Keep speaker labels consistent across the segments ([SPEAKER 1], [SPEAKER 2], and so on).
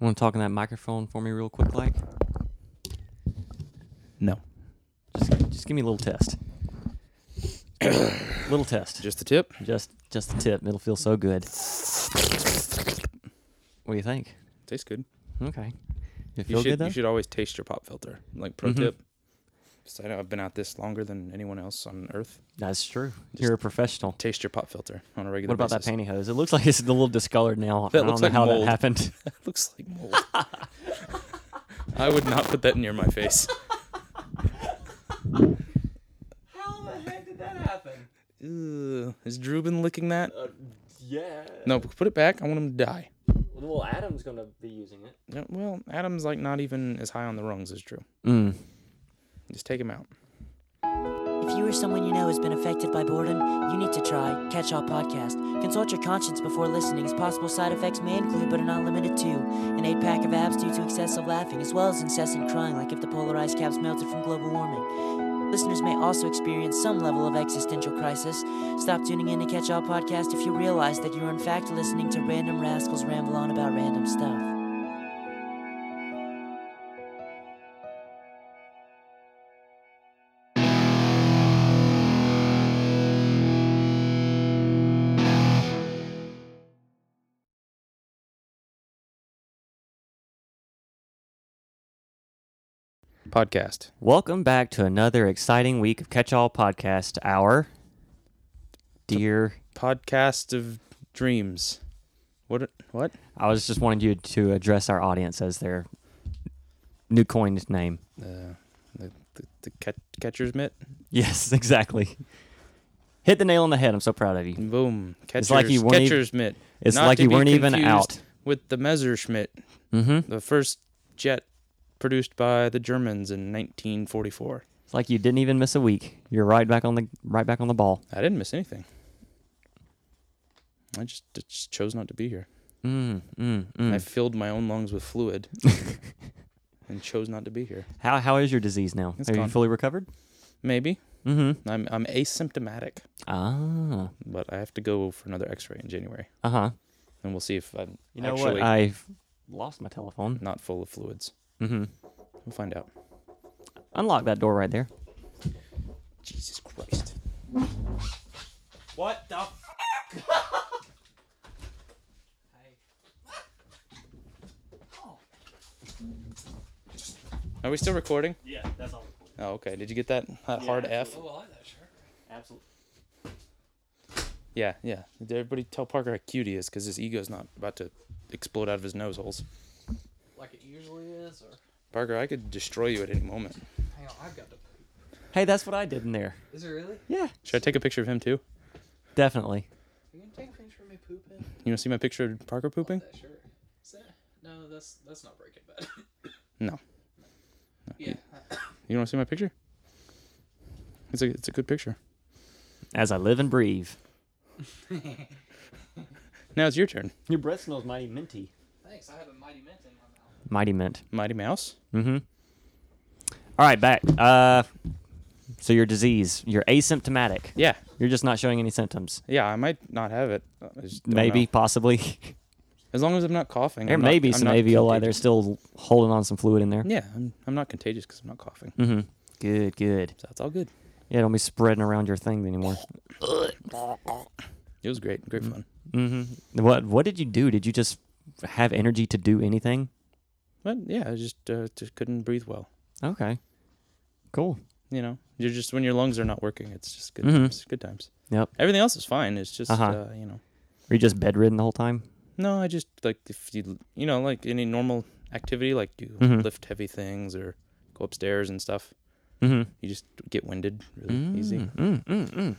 [SPEAKER 1] Want to talk in that microphone for me real quick, like?
[SPEAKER 2] No.
[SPEAKER 1] Just, just give me a little test. little test.
[SPEAKER 2] Just the tip.
[SPEAKER 1] Just, just the tip. It'll feel so good. What do you think?
[SPEAKER 2] Tastes good.
[SPEAKER 1] Okay. You
[SPEAKER 2] You
[SPEAKER 1] feel
[SPEAKER 2] should,
[SPEAKER 1] good though.
[SPEAKER 2] you should always taste your pop filter. Like pro
[SPEAKER 1] Mhm.
[SPEAKER 2] tip. 'Cause I know I've been out this longer than anyone else on earth.
[SPEAKER 1] That's true.
[SPEAKER 2] Just-
[SPEAKER 1] You're a professional.
[SPEAKER 2] Taste your pop filter on a regular.
[SPEAKER 1] What about
[SPEAKER 2] basis.
[SPEAKER 1] that pantyhose? It looks like it's a little discolored now.
[SPEAKER 2] That
[SPEAKER 1] I don't
[SPEAKER 2] looks
[SPEAKER 1] know
[SPEAKER 2] like
[SPEAKER 1] how
[SPEAKER 2] mold.
[SPEAKER 1] that happened.
[SPEAKER 2] Looks like mold. I would not put that near my face.
[SPEAKER 1] How the heck did that happen?
[SPEAKER 2] Ew. Is Drew been licking that?
[SPEAKER 1] Uh, yeah.
[SPEAKER 2] No, put it back. I want him to die.
[SPEAKER 1] Well, Adam's gonna be using it.
[SPEAKER 2] Yeah, Well, Adam's like not even as high on the rungs as Drew.
[SPEAKER 1] Mm.
[SPEAKER 2] Just take him out.
[SPEAKER 3] If you or someone you know has been affected by boredom, you need to try Catch All Podcast. Consult your conscience before listening, as possible side effects may include, but are not limited to, an eight pack of abs due to excessive laughing, as well as incessant crying, like if the polar ice caps melted from global warming. Listeners may also experience some level of existential crisis. Stop tuning in to Catch All Podcast if you realize that you're in fact listening to random rascals ramble on about random stuff.
[SPEAKER 2] Podcast.
[SPEAKER 1] Welcome back to another exciting week of Catch All Podcast. Our dear,
[SPEAKER 2] Podcast of dreams. What? What?
[SPEAKER 1] I was just wanted you to address our audience as their new coined name.
[SPEAKER 2] Uh, the the, the cat, catcher's mitt.
[SPEAKER 1] Yes, exactly. Hit the nail on the head. I'm so proud of you.
[SPEAKER 2] Boom. Catcher's,
[SPEAKER 1] It's like you weren't even-
[SPEAKER 2] catcher's mitt.
[SPEAKER 1] It's
[SPEAKER 2] Not
[SPEAKER 1] like
[SPEAKER 2] to
[SPEAKER 1] you
[SPEAKER 2] be
[SPEAKER 1] weren't even
[SPEAKER 2] confused
[SPEAKER 1] out.
[SPEAKER 2] With the Messerschmitt,
[SPEAKER 1] Mm-hmm.
[SPEAKER 2] the first jet produced by the Germans in 1944.
[SPEAKER 1] It's like you didn't even miss a week. You're right back on the right back on the ball.
[SPEAKER 2] I didn't miss anything. I just, just chose not to be here.
[SPEAKER 1] Mm, mm,
[SPEAKER 2] I
[SPEAKER 1] mm.
[SPEAKER 2] filled my own lungs with fluid and chose not to be here.
[SPEAKER 1] How how is your disease now?
[SPEAKER 2] It's
[SPEAKER 1] Are you
[SPEAKER 2] gone.
[SPEAKER 1] fully recovered?
[SPEAKER 2] Maybe
[SPEAKER 1] Mm-hmm.
[SPEAKER 2] I'm I'm asymptomatic,
[SPEAKER 1] Ah.
[SPEAKER 2] but I have to go for another X-ray in January,
[SPEAKER 1] Uh huh.
[SPEAKER 2] and we'll see if I'm
[SPEAKER 1] You know
[SPEAKER 2] actually
[SPEAKER 1] what? I've lost my telephone.
[SPEAKER 2] not full of fluids.
[SPEAKER 1] Mm-hmm.
[SPEAKER 2] We'll find out.
[SPEAKER 1] Unlock that door right there.
[SPEAKER 2] Jesus Christ!
[SPEAKER 1] What the? F-
[SPEAKER 2] Are we still recording?
[SPEAKER 1] yeah, that's all.
[SPEAKER 2] Oh, okay. Did you get that, that hard F?
[SPEAKER 4] Oh,
[SPEAKER 1] Absolutely.
[SPEAKER 2] Yeah, yeah. Did everybody tell Parker how cute he is because his ego's not about to explode out of his nose holes.
[SPEAKER 4] like it usually is, or
[SPEAKER 2] Parker, I could destroy you at any moment.
[SPEAKER 4] hang on, I've got to poop.
[SPEAKER 1] Hey, that's what I did in there.
[SPEAKER 4] Is it really?
[SPEAKER 1] Yeah,
[SPEAKER 2] Should I take a picture of him too?
[SPEAKER 1] definitely.
[SPEAKER 4] Are you gonna take things from me pooping?
[SPEAKER 1] Mm-hmm.
[SPEAKER 2] You want to see my picture of Parker pooping?
[SPEAKER 4] That sure. Is that? No, that's that's not Breaking Bad.
[SPEAKER 2] No.
[SPEAKER 4] yeah.
[SPEAKER 2] You want to see my picture? It's a it's a good picture.
[SPEAKER 1] As I live and breathe.
[SPEAKER 2] Now it's your turn.
[SPEAKER 1] Your breath smells mighty minty.
[SPEAKER 4] Thanks. I have a mighty mint in my mouth.
[SPEAKER 1] Mighty mint.
[SPEAKER 2] Mighty Mouse.
[SPEAKER 1] Mm-hmm. All right, back. Uh, so your disease, you're asymptomatic.
[SPEAKER 2] Yeah,
[SPEAKER 1] You're just not showing any symptoms.
[SPEAKER 2] yeah. I might not have it. I just don't
[SPEAKER 1] Maybe,
[SPEAKER 2] know.
[SPEAKER 1] possibly.
[SPEAKER 2] as long as I'm not coughing.
[SPEAKER 1] there
[SPEAKER 2] I'm
[SPEAKER 1] may
[SPEAKER 2] not-
[SPEAKER 1] be
[SPEAKER 2] I'm
[SPEAKER 1] some
[SPEAKER 2] not
[SPEAKER 1] alveoli. There's
[SPEAKER 2] contagious.
[SPEAKER 1] still holding on some fluid in there.
[SPEAKER 2] Yeah, I'm I'm not contagious because I'm not coughing.
[SPEAKER 1] Mm-hmm. Good, good.
[SPEAKER 2] So that's all good.
[SPEAKER 1] Yeah, don't be spreading around your thing anymore.
[SPEAKER 2] It was great, great
[SPEAKER 1] Mm.
[SPEAKER 2] fun.
[SPEAKER 1] Mm-hmm. What What did you do? Did you just have energy to do anything?
[SPEAKER 2] But yeah, I just uh, just couldn't breathe well.
[SPEAKER 1] Okay. Cool.
[SPEAKER 2] You know, you're just when your lungs are not working, it's just good.
[SPEAKER 1] Mhm.
[SPEAKER 2] Times, good times.
[SPEAKER 1] Yep.
[SPEAKER 2] Everything else is fine. It's just
[SPEAKER 1] Uh-huh.
[SPEAKER 2] uh, you know.
[SPEAKER 1] Were you just bedridden the whole time?
[SPEAKER 2] No, I just like if you you know like any normal activity like you
[SPEAKER 1] Mhm.
[SPEAKER 2] lift heavy things or go upstairs and stuff.
[SPEAKER 1] Mm-hmm.
[SPEAKER 2] You just get winded really easy.
[SPEAKER 1] Mm, mm, mm.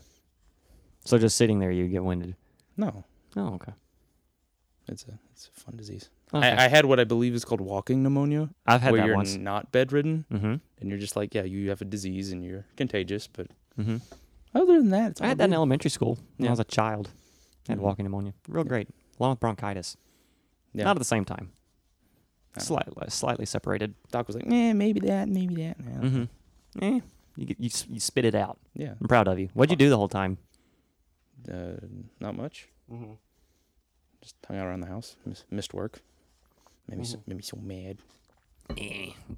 [SPEAKER 1] So just sitting there, you get winded.
[SPEAKER 2] No,
[SPEAKER 1] Oh, okay.
[SPEAKER 2] it's a it's a fun disease.
[SPEAKER 1] okay.
[SPEAKER 2] I, I had what I believe is called walking pneumonia,
[SPEAKER 1] have had
[SPEAKER 2] where
[SPEAKER 1] that
[SPEAKER 2] you're
[SPEAKER 1] once.
[SPEAKER 2] not bedridden
[SPEAKER 1] mm-hmm.
[SPEAKER 2] and you're just like yeah you have a disease and you're contagious, but
[SPEAKER 1] Mm-hmm.
[SPEAKER 2] other than that, it's
[SPEAKER 1] I
[SPEAKER 2] all
[SPEAKER 1] had that in
[SPEAKER 2] good.
[SPEAKER 1] elementary school when
[SPEAKER 2] Yeah.
[SPEAKER 1] I was a child. I had
[SPEAKER 2] Mhm.
[SPEAKER 1] walking pneumonia. Real
[SPEAKER 2] Yeah.
[SPEAKER 1] great, along with bronchitis.
[SPEAKER 2] Yeah.
[SPEAKER 1] Not at the same time.
[SPEAKER 2] Oh.
[SPEAKER 1] Slightly, slightly separated.
[SPEAKER 2] Doc was like, yeah, maybe that, maybe that. Yeah.
[SPEAKER 1] Mm-hmm. Eh, you, get- you s- you spit it out.
[SPEAKER 2] yeah.
[SPEAKER 1] I'm proud of you. What'd you do the whole time?
[SPEAKER 2] Mm-hmm. Uh, not much. Just hung out around the house. Miss, missed work. Made me so, made me so mad.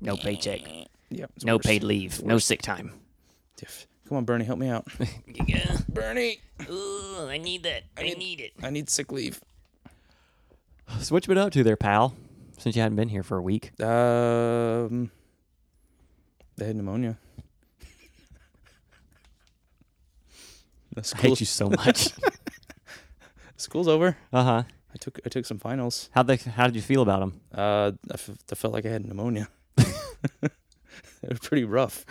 [SPEAKER 1] No paycheck.
[SPEAKER 2] Yeah. it's
[SPEAKER 1] No
[SPEAKER 2] worse.
[SPEAKER 1] paid leave. No sick time.
[SPEAKER 2] Tiff. Come on, Bernie, help me out. Bernie,
[SPEAKER 3] Ooh, I need that. I need it.
[SPEAKER 2] I need sick leave.
[SPEAKER 1] So what you been up to there, pal? Since you hadn't been here for a week.
[SPEAKER 2] Um, I had pneumonia. The
[SPEAKER 1] I
[SPEAKER 2] school's,
[SPEAKER 1] hate you so much.
[SPEAKER 2] school's over.
[SPEAKER 1] uh huh.
[SPEAKER 2] I took I took some finals.
[SPEAKER 1] How they? How did you feel about them?
[SPEAKER 2] Uh, I, f- I felt like I had pneumonia. it was pretty rough.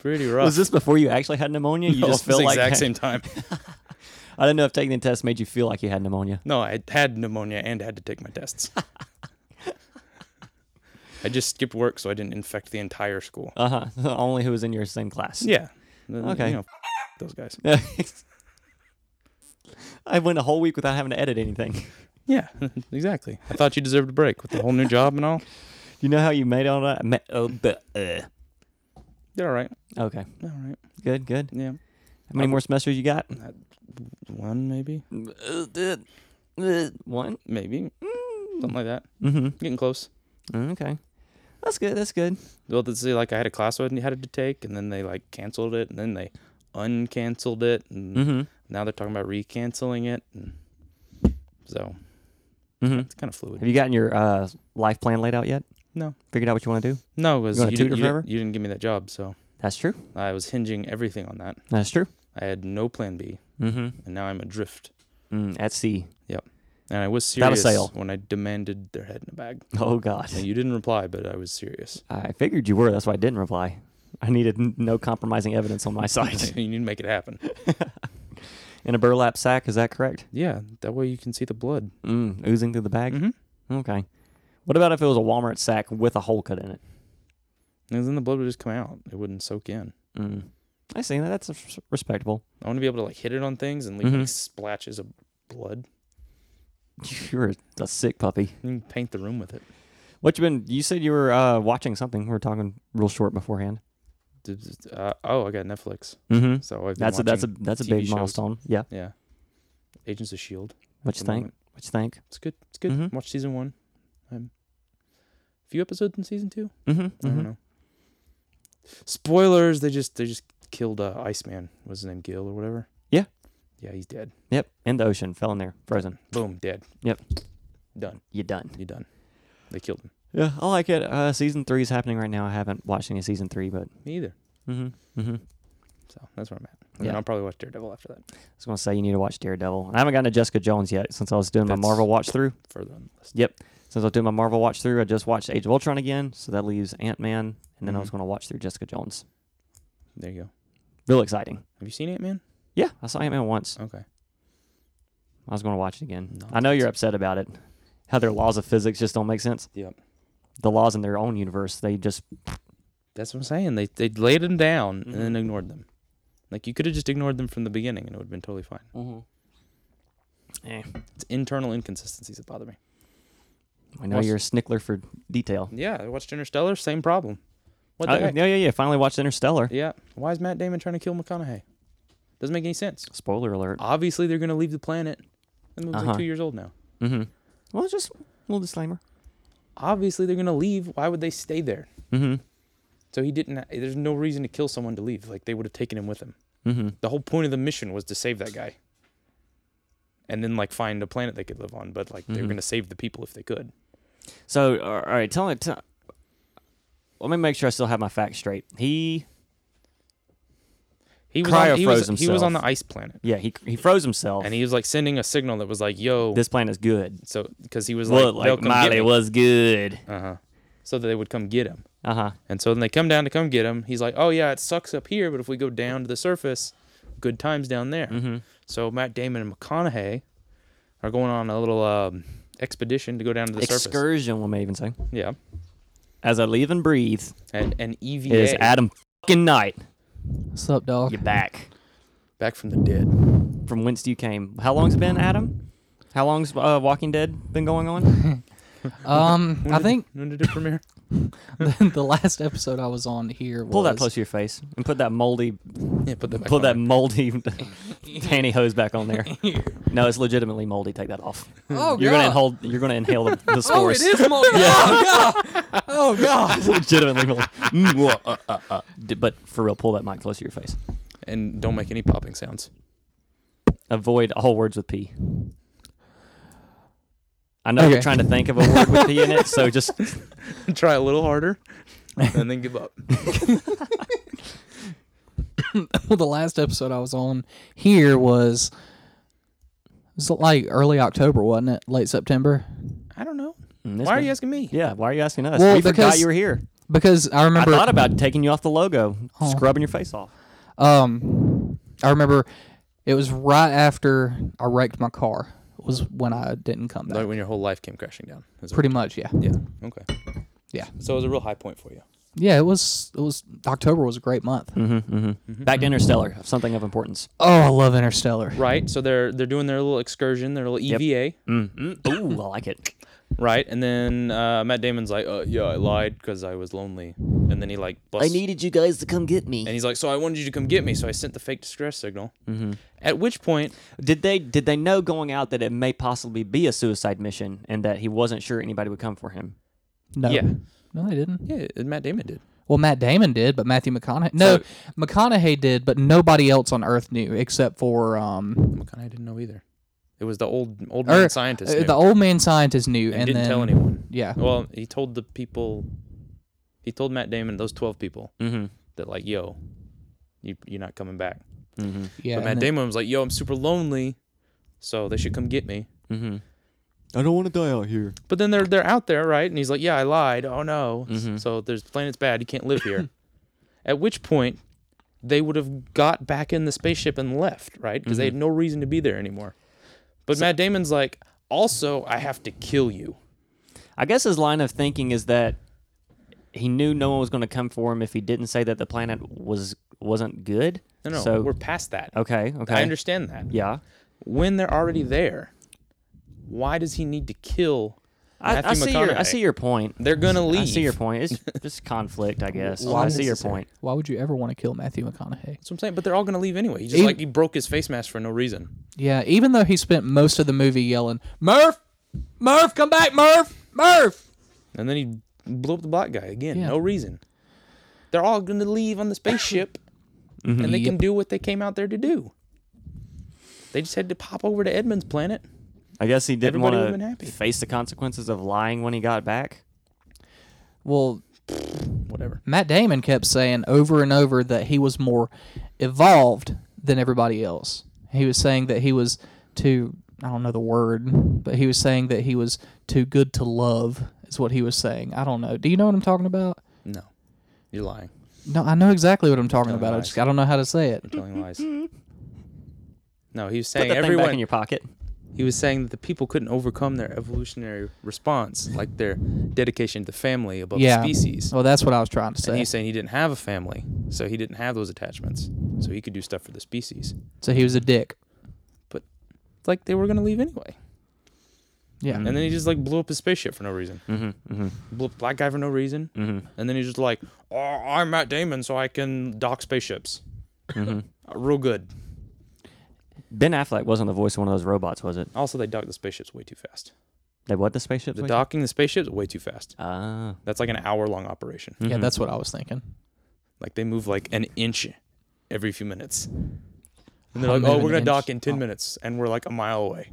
[SPEAKER 2] pretty rough.
[SPEAKER 1] Was this before you actually had pneumonia? You
[SPEAKER 2] No,
[SPEAKER 1] just
[SPEAKER 2] it was
[SPEAKER 1] felt
[SPEAKER 2] the
[SPEAKER 1] like
[SPEAKER 2] exact same time.
[SPEAKER 1] I don't know if taking the test made you feel like you had pneumonia.
[SPEAKER 2] No, I had pneumonia and had to take my tests. I just skipped work so I didn't infect the entire school.
[SPEAKER 1] Uh huh. Only who was in your same class.
[SPEAKER 2] Yeah. Then,
[SPEAKER 1] Okay.
[SPEAKER 2] You know, those guys.
[SPEAKER 1] I went a whole week without having to edit anything.
[SPEAKER 2] Yeah, exactly. I thought you deserved a break with the whole new job and all.
[SPEAKER 1] You know how you made all that? Ma- oh, but, uh.
[SPEAKER 2] You're all right.
[SPEAKER 1] Okay.
[SPEAKER 2] All right.
[SPEAKER 1] Good. Good.
[SPEAKER 2] Yeah.
[SPEAKER 1] How many more semesters you got?
[SPEAKER 2] One, maybe.
[SPEAKER 1] One.
[SPEAKER 2] Maybe. Mm. Something like that.
[SPEAKER 1] Mm-hmm.
[SPEAKER 2] Getting close.
[SPEAKER 1] Okay. That's good. That's good.
[SPEAKER 2] Well, let's see, like I had a class I had to take, and then they like canceled it, and then they uncanceled it, and
[SPEAKER 1] Mm-hmm.
[SPEAKER 2] now they're talking about recanceling it. And so
[SPEAKER 1] Mm-hmm.
[SPEAKER 2] it's kind of fluid.
[SPEAKER 1] Have you gotten your uh, life plan laid out yet?
[SPEAKER 2] No.
[SPEAKER 1] Figured out what you want to do?
[SPEAKER 2] No, because
[SPEAKER 1] You
[SPEAKER 2] you,
[SPEAKER 1] want a
[SPEAKER 2] didn't-
[SPEAKER 1] tutor
[SPEAKER 2] you didn't-
[SPEAKER 1] forever?
[SPEAKER 2] you didn't give me that job, so
[SPEAKER 1] That's true.
[SPEAKER 2] I was hinging everything on that.
[SPEAKER 1] That's true.
[SPEAKER 2] I had no plan B,
[SPEAKER 1] Mm-hmm.
[SPEAKER 2] and now I'm adrift.
[SPEAKER 1] Mm, at sea.
[SPEAKER 2] And I was
[SPEAKER 1] Without a
[SPEAKER 2] serious
[SPEAKER 1] sail.
[SPEAKER 2] when I demanded their head in a bag.
[SPEAKER 1] Oh, God.
[SPEAKER 2] And you didn't reply, but I was serious.
[SPEAKER 1] I figured you were. That's why I didn't reply. I needed n- no compromising evidence on my side.
[SPEAKER 2] you need to make it happen.
[SPEAKER 1] In a burlap sack, is that correct?
[SPEAKER 2] Yeah, that way you can see the blood.
[SPEAKER 1] Mm, oozing through the bag?
[SPEAKER 2] Mhm.
[SPEAKER 1] Okay. What about if it was a Walmart sack with a hole cut in it?
[SPEAKER 2] And then the blood would just come out. It wouldn't soak in.
[SPEAKER 1] Mm. I see that. That's res- respectable.
[SPEAKER 2] I want to be able to like hit it on things and leave
[SPEAKER 1] Mhm.
[SPEAKER 2] like splashes of blood.
[SPEAKER 1] You're a, a sick puppy.
[SPEAKER 2] You can paint the room with it.
[SPEAKER 1] What you been? You said you were uh, watching something. We were talking real short beforehand.
[SPEAKER 2] D- d- d- Uh, oh, I got Netflix.
[SPEAKER 1] Mm-hmm.
[SPEAKER 2] So I've been
[SPEAKER 1] That's a, that's a
[SPEAKER 2] watching-
[SPEAKER 1] that's a
[SPEAKER 2] TV
[SPEAKER 1] big
[SPEAKER 2] shows.
[SPEAKER 1] milestone. Yeah.
[SPEAKER 2] yeah. Agents of Shield. at
[SPEAKER 1] What you
[SPEAKER 2] the
[SPEAKER 1] think?
[SPEAKER 2] moment.
[SPEAKER 1] What you think?
[SPEAKER 2] It's good. It's good.
[SPEAKER 1] Mhm.
[SPEAKER 2] Watch season one. I'm few episodes in season 2
[SPEAKER 1] Mm-hmm.
[SPEAKER 2] I don't know. Spoilers. They just they just killed uh, Iceman. Was his name Gil or whatever?
[SPEAKER 1] Yeah.
[SPEAKER 2] Yeah, he's dead.
[SPEAKER 1] Yep. In the ocean, fell in there, frozen.
[SPEAKER 2] Boom, dead.
[SPEAKER 1] Yep.
[SPEAKER 2] Done.
[SPEAKER 1] You done?
[SPEAKER 2] You done. They killed him.
[SPEAKER 1] Yeah, I like it. Uh, season three is happening right now. I haven't watched any season three, but
[SPEAKER 2] Me either.
[SPEAKER 1] mm-hmm. Mm-hmm. I
[SPEAKER 2] So that's where I'm at. And
[SPEAKER 1] Yeah.
[SPEAKER 2] then I'll probably watch Daredevil after that.
[SPEAKER 1] was gonna say you need to watch Daredevil. I haven't gotten to Jessica Jones yet since I was doing my
[SPEAKER 2] That's-
[SPEAKER 1] Marvel watch through.
[SPEAKER 2] Further on the list.
[SPEAKER 1] Yep. Since I was doing my Marvel watch through, I just watched Age of Ultron again, so that leaves Ant Man, and then I
[SPEAKER 2] Mhm.
[SPEAKER 1] was gonna watch through Jessica Jones.
[SPEAKER 2] There you go.
[SPEAKER 1] Real exciting.
[SPEAKER 2] Have you seen Ant Man?
[SPEAKER 1] Yeah, I saw Ant Man once.
[SPEAKER 2] Okay.
[SPEAKER 1] I was going to watch it again.
[SPEAKER 2] No,
[SPEAKER 1] I know you're
[SPEAKER 2] that's-
[SPEAKER 1] upset about it. How their laws of physics just don't make sense.
[SPEAKER 2] Yep.
[SPEAKER 1] The laws in their own universe, they just
[SPEAKER 2] That's what I'm saying. They they laid them down and then
[SPEAKER 1] Mhm.
[SPEAKER 2] ignored them. Like you could have just ignored them from the beginning and it would have been totally fine.
[SPEAKER 1] Mm-hmm. eh.
[SPEAKER 2] It's internal inconsistencies that bother me.
[SPEAKER 1] I know
[SPEAKER 2] What's-
[SPEAKER 1] you're a snickler for detail.
[SPEAKER 2] Yeah, I watched Interstellar. Same problem. What the
[SPEAKER 1] Oh,
[SPEAKER 2] heck?
[SPEAKER 1] yeah, yeah, yeah. Finally watched Interstellar.
[SPEAKER 2] Yeah. Why is Matt Damon trying to kill McConaughey? Doesn't make any sense.
[SPEAKER 1] Spoiler alert.
[SPEAKER 2] Obviously, they're going to leave the planet. That movie's
[SPEAKER 1] Uh-huh.
[SPEAKER 2] like two years old now.
[SPEAKER 1] Mm-hmm. Well, just a little disclaimer.
[SPEAKER 2] Obviously, they're going to leave. Why would they stay there?
[SPEAKER 1] Mm-hmm.
[SPEAKER 2] So he didn't. There's no reason to kill someone to leave. Like they would have taken him with them.
[SPEAKER 1] Mm-hmm.
[SPEAKER 2] The whole point of the mission was to save that guy. And then like find a planet they could live on. But like they're
[SPEAKER 1] Mhm.
[SPEAKER 2] going to save the people if they could.
[SPEAKER 1] So, all right. Tell me. Tell, let me make sure I still have my facts straight. He,
[SPEAKER 2] He was on, he was,
[SPEAKER 1] Cryo-froze
[SPEAKER 2] he was on
[SPEAKER 1] himself.
[SPEAKER 2] the ice planet,
[SPEAKER 1] yeah, he he froze himself.
[SPEAKER 2] and he was like sending a signal that was like, "Yo."
[SPEAKER 1] this plan is good.
[SPEAKER 2] so because he was
[SPEAKER 1] Look,
[SPEAKER 2] like,
[SPEAKER 1] like Miley was good.
[SPEAKER 2] Uh huh. So that they would come get him.
[SPEAKER 1] Uh huh.
[SPEAKER 2] And so then they come down to come get him. He's like, "Oh yeah, it sucks up here, but if we go down to the surface, good times down there."
[SPEAKER 1] Mm-hmm.
[SPEAKER 2] So Matt Damon and McConaughey are going on a little um, expedition to go down to the surface.
[SPEAKER 1] Excursion, we may even say.
[SPEAKER 2] Yeah,
[SPEAKER 1] As I leave and breathe,
[SPEAKER 2] and E and
[SPEAKER 1] It
[SPEAKER 2] EVA
[SPEAKER 1] is Adam fucking Knight.
[SPEAKER 5] What's up, dog?
[SPEAKER 1] You're back
[SPEAKER 2] back from the dead.
[SPEAKER 1] from whence you came. How long's it been, Adam? How long's uh, Walking Dead been going on?
[SPEAKER 5] Um, I
[SPEAKER 2] did-
[SPEAKER 5] think
[SPEAKER 2] when did it premiere?
[SPEAKER 5] the, the last episode I was on here was
[SPEAKER 1] Pull that close to your face and put that moldy,
[SPEAKER 2] Yeah, put that back
[SPEAKER 1] pull
[SPEAKER 2] on
[SPEAKER 1] that
[SPEAKER 2] there.
[SPEAKER 1] moldy pantyhose back on there. No, it's legitimately moldy. Take that off.
[SPEAKER 5] Oh,
[SPEAKER 1] You're
[SPEAKER 5] God.
[SPEAKER 1] gonna inhale. You're gonna inhale the, the
[SPEAKER 5] Oh, it
[SPEAKER 1] spores.
[SPEAKER 5] is moldy. Oh god. Oh god.
[SPEAKER 1] It's legitimately moldy. Mm, whoa, uh, uh, uh. D- But for real, pull that mic close to your face.
[SPEAKER 2] and don't make any popping sounds.
[SPEAKER 1] Avoid all words with P. I know you're
[SPEAKER 5] Okay.
[SPEAKER 1] trying to think of a word with P in it, so just mm,
[SPEAKER 2] Try a little harder, and then give up.
[SPEAKER 5] Well, the last episode I was on here was it was like early October, wasn't it? Late September.
[SPEAKER 2] I don't know.
[SPEAKER 1] Mm, this
[SPEAKER 2] Why are
[SPEAKER 1] one-
[SPEAKER 2] you asking me?
[SPEAKER 1] Yeah, why are you asking us?
[SPEAKER 5] Well,
[SPEAKER 1] we forgot
[SPEAKER 5] because-
[SPEAKER 1] you were here.
[SPEAKER 5] Because I
[SPEAKER 1] I
[SPEAKER 5] remember
[SPEAKER 1] thought about taking you off the logo,
[SPEAKER 5] Oh.
[SPEAKER 1] scrubbing your face off.
[SPEAKER 5] Um, I remember it was right after I wrecked my car. Was when I didn't come back.
[SPEAKER 2] Like when your whole life came crashing down. Is it-
[SPEAKER 5] Pretty much, yeah,
[SPEAKER 2] Yeah. Okay.
[SPEAKER 5] Yeah.
[SPEAKER 2] So it was a real high point for you.
[SPEAKER 5] yeah. It was. It was October was a great month.
[SPEAKER 2] Hmm.
[SPEAKER 1] Mm-hmm,
[SPEAKER 2] Mm-hmm.
[SPEAKER 1] Back to Interstellar, something of importance.
[SPEAKER 5] Oh, I love Interstellar.
[SPEAKER 2] Right. So they're they're doing their little excursion, their little EVA.
[SPEAKER 1] Mm. Mm. Ooh, I like it.
[SPEAKER 2] Right. And then uh, Matt Damon's like, uh, yeah, I lied because I was lonely. And then he like busts.
[SPEAKER 1] you guys to come get me.
[SPEAKER 2] and he's like, so I wanted you to come get me. So I sent the fake distress signal. Mm-hmm. At which point,
[SPEAKER 1] Did they did they know going out that it may possibly be a suicide mission and that he wasn't sure anybody would come for him?
[SPEAKER 5] No,
[SPEAKER 2] yeah,
[SPEAKER 5] no, they didn't.
[SPEAKER 2] yeah, Matt Damon did.
[SPEAKER 5] Well, Matt Damon did, but Matthew McConaughey. No,
[SPEAKER 2] So-
[SPEAKER 5] McConaughey did, but nobody else on Earth knew except for um,
[SPEAKER 2] McConaughey didn't know either. It was the old old
[SPEAKER 5] or,
[SPEAKER 2] man scientist.
[SPEAKER 5] uh,
[SPEAKER 2] knew
[SPEAKER 5] the old man scientist knew,
[SPEAKER 2] and,
[SPEAKER 5] and,
[SPEAKER 2] didn't
[SPEAKER 5] then
[SPEAKER 2] tell anyone.
[SPEAKER 5] Yeah,
[SPEAKER 2] Well, he told the people. He told Matt Damon those twelve people
[SPEAKER 1] Mm-hmm.
[SPEAKER 2] that like, yo, you you're not coming back.
[SPEAKER 1] Mm-hmm.
[SPEAKER 5] yeah.
[SPEAKER 2] but
[SPEAKER 5] and
[SPEAKER 2] Matt
[SPEAKER 5] then-
[SPEAKER 2] Damon was like, yo, I'm super lonely, so they should come get me.
[SPEAKER 1] Mm-hmm.
[SPEAKER 6] I don't want to die out here.
[SPEAKER 2] But then they're they're out there, right? And he's like, "Yeah, I lied. Oh no." S-
[SPEAKER 1] Mhm.
[SPEAKER 2] So there's planet's bad. You can't live here. At which point, they would have got back in the spaceship and left, right? Because they
[SPEAKER 1] Mm-hmm.
[SPEAKER 2] had no reason to be there anymore. But Matt Damon's like, "Also, I have to kill you."
[SPEAKER 1] I guess his line of thinking is that he knew no one was going to come for him if he didn't say that the planet was wasn't good.
[SPEAKER 2] No, no,
[SPEAKER 1] So
[SPEAKER 2] we're past that.
[SPEAKER 1] okay, okay,
[SPEAKER 2] I understand that.
[SPEAKER 1] Yeah,
[SPEAKER 2] When they're already there, why does he need to kill?
[SPEAKER 1] I, I
[SPEAKER 2] Matthew
[SPEAKER 1] see your I
[SPEAKER 2] McConaughey.
[SPEAKER 1] see your point.
[SPEAKER 2] They're gonna leave.
[SPEAKER 1] I see your point. It's just conflict, I guess.
[SPEAKER 5] Why
[SPEAKER 1] I see your
[SPEAKER 2] necessary?
[SPEAKER 1] point.
[SPEAKER 5] Why would you ever want to kill Matthew McConaughey?
[SPEAKER 2] That's what I'm saying. But they're all gonna leave anyway. He just
[SPEAKER 5] Even-
[SPEAKER 2] like he broke his face mask for no reason.
[SPEAKER 5] Yeah, even though he spent most of the movie yelling, Murph, Murph, come back, Murph, Murph.
[SPEAKER 2] And then he blew up the black guy again.
[SPEAKER 5] Yeah.
[SPEAKER 2] No reason. They're all going to leave on the spaceship, and they can do what they came out there to do. They just had to pop over to Edmund's planet.
[SPEAKER 1] I guess he didn't
[SPEAKER 2] Everybody
[SPEAKER 1] want
[SPEAKER 2] would've been
[SPEAKER 1] to
[SPEAKER 2] happy.
[SPEAKER 1] face the consequences of lying when he got back.
[SPEAKER 5] Well,
[SPEAKER 2] Whatever.
[SPEAKER 5] Matt Damon kept saying over and over that he was more evolved than everybody else. He was saying that he was too, I don't know the word, but he was saying that he was too good to love, is what he was saying. I don't know. Do you know what I'm talking about?
[SPEAKER 2] No, you're lying.
[SPEAKER 5] No, I know exactly what I'm talking about. I
[SPEAKER 2] lies.
[SPEAKER 5] just I don't know how to say it.
[SPEAKER 2] You're telling lies. No, he was
[SPEAKER 1] Put
[SPEAKER 2] saying
[SPEAKER 1] that thing back
[SPEAKER 2] everyone.
[SPEAKER 1] in your pocket.
[SPEAKER 2] he was saying that the people couldn't overcome their evolutionary response, like their dedication to family above
[SPEAKER 5] Yeah.
[SPEAKER 2] species.
[SPEAKER 5] Well, that's what I was trying to
[SPEAKER 2] And
[SPEAKER 5] say.
[SPEAKER 2] he's saying he didn't have a family, so he didn't have those attachments, so he could do stuff for the species.
[SPEAKER 5] So he was a dick.
[SPEAKER 2] Like they were going to leave anyway.
[SPEAKER 5] Yeah.
[SPEAKER 2] And then he just like blew up his spaceship for no reason.
[SPEAKER 1] Mm-hmm, mm-hmm,
[SPEAKER 2] Blew up a black guy for no reason.
[SPEAKER 1] mm-hmm,
[SPEAKER 2] And then he's just like, oh, I'm Matt Damon, so I can dock spaceships.
[SPEAKER 1] mm-hmm.
[SPEAKER 2] Uh, Real good.
[SPEAKER 1] Ben Affleck wasn't the voice of one of those robots, was it?
[SPEAKER 2] Also, they dock the spaceships way too fast.
[SPEAKER 1] They what the spaceship?
[SPEAKER 2] The docking the spaceships way too fast.
[SPEAKER 1] Ah,
[SPEAKER 2] That's like an hour long operation.
[SPEAKER 5] Yeah,
[SPEAKER 1] mhm.
[SPEAKER 5] that's what I was thinking.
[SPEAKER 2] Like they move like an inch every few minutes. And they're
[SPEAKER 5] How
[SPEAKER 2] like,
[SPEAKER 5] many
[SPEAKER 2] oh, we're
[SPEAKER 5] an
[SPEAKER 2] going to dock
[SPEAKER 5] inch?
[SPEAKER 2] in 10
[SPEAKER 5] Oh.
[SPEAKER 2] minutes. And we're like a mile away.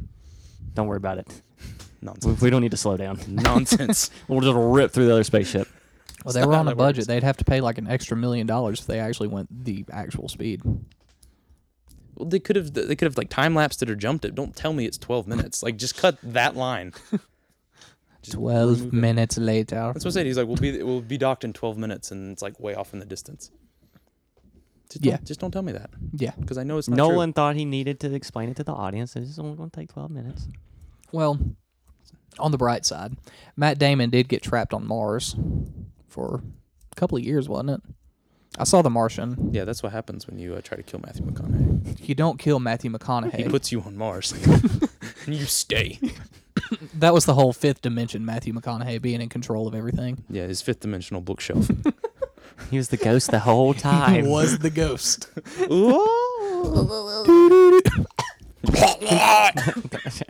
[SPEAKER 1] Don't worry about it. We,
[SPEAKER 2] Nonsense.
[SPEAKER 1] we don't need to slow down.
[SPEAKER 2] Nonsense.
[SPEAKER 1] We'll just rip through the other spaceship.
[SPEAKER 5] Well, they
[SPEAKER 2] not
[SPEAKER 5] were
[SPEAKER 2] how
[SPEAKER 5] on a
[SPEAKER 2] that
[SPEAKER 5] budget.
[SPEAKER 2] works.
[SPEAKER 5] They'd have to pay like an extra million dollars if they actually went the actual speed.
[SPEAKER 2] Well, they could have they could have like time lapsed it or jumped it. Don't tell me it's 12 minutes. Like just cut that line. Just
[SPEAKER 5] Twelve
[SPEAKER 2] remove it.
[SPEAKER 5] minutes later.
[SPEAKER 2] That's what I said. He's like, we'll be we'll be docked in 12 minutes, and it's like way off in the distance. Just
[SPEAKER 5] Yeah.
[SPEAKER 2] Don't, just don't tell me that
[SPEAKER 5] Yeah.
[SPEAKER 2] because I know it's not
[SPEAKER 1] No
[SPEAKER 2] true.
[SPEAKER 1] one thought he needed to explain it to the audience. It's only going to take twelve minutes.
[SPEAKER 5] Well, on the bright side, Matt Damon did get trapped on Mars for a couple of years, wasn't it? I saw The Martian.
[SPEAKER 2] Yeah, that's what happens when you uh, try to kill Matthew McConaughey.
[SPEAKER 5] You don't kill Matthew
[SPEAKER 2] He
[SPEAKER 5] McConaughey.
[SPEAKER 2] puts you on Mars, and you stay.
[SPEAKER 5] That was the whole fifth dimension, Matthew McConaughey being in control of everything.
[SPEAKER 2] Yeah, his fifth dimensional bookshelf.
[SPEAKER 1] He was the ghost the whole time.
[SPEAKER 5] was the ghost.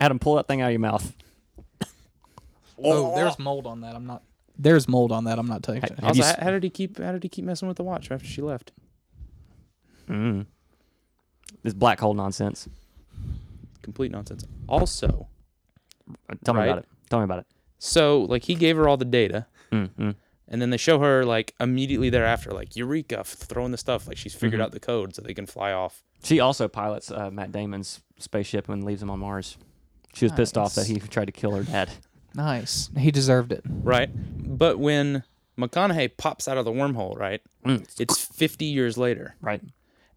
[SPEAKER 1] Adam, pull that thing out of your mouth.
[SPEAKER 5] Oh, there's mold on that. I'm not. There's mold on that. I'm not touching.
[SPEAKER 1] Hey,
[SPEAKER 5] it.
[SPEAKER 1] Have you
[SPEAKER 2] also,
[SPEAKER 1] s-
[SPEAKER 2] how, how did he keep how did he keep messing with the watch after she left?
[SPEAKER 1] Mm. This black hole nonsense.
[SPEAKER 2] Complete nonsense. Also,
[SPEAKER 1] Uh, Tell me
[SPEAKER 2] Right.
[SPEAKER 1] about it. Tell me about it.
[SPEAKER 2] so like he gave her all the data,
[SPEAKER 1] Mm, mm.
[SPEAKER 2] and then they show her like immediately thereafter, like Eureka, f- throwing the stuff. Like she's figured out the code so they can fly off.
[SPEAKER 1] She also pilots uh, Matt Damon's spaceship and leaves him on Mars. She was pissed off that
[SPEAKER 5] Nice.
[SPEAKER 1] he tried to kill her dad.
[SPEAKER 5] Nice. He deserved it.
[SPEAKER 2] Right. But when McConaughey pops out of the wormhole, right?
[SPEAKER 1] Mm.
[SPEAKER 2] It's 50 years later,
[SPEAKER 1] Right.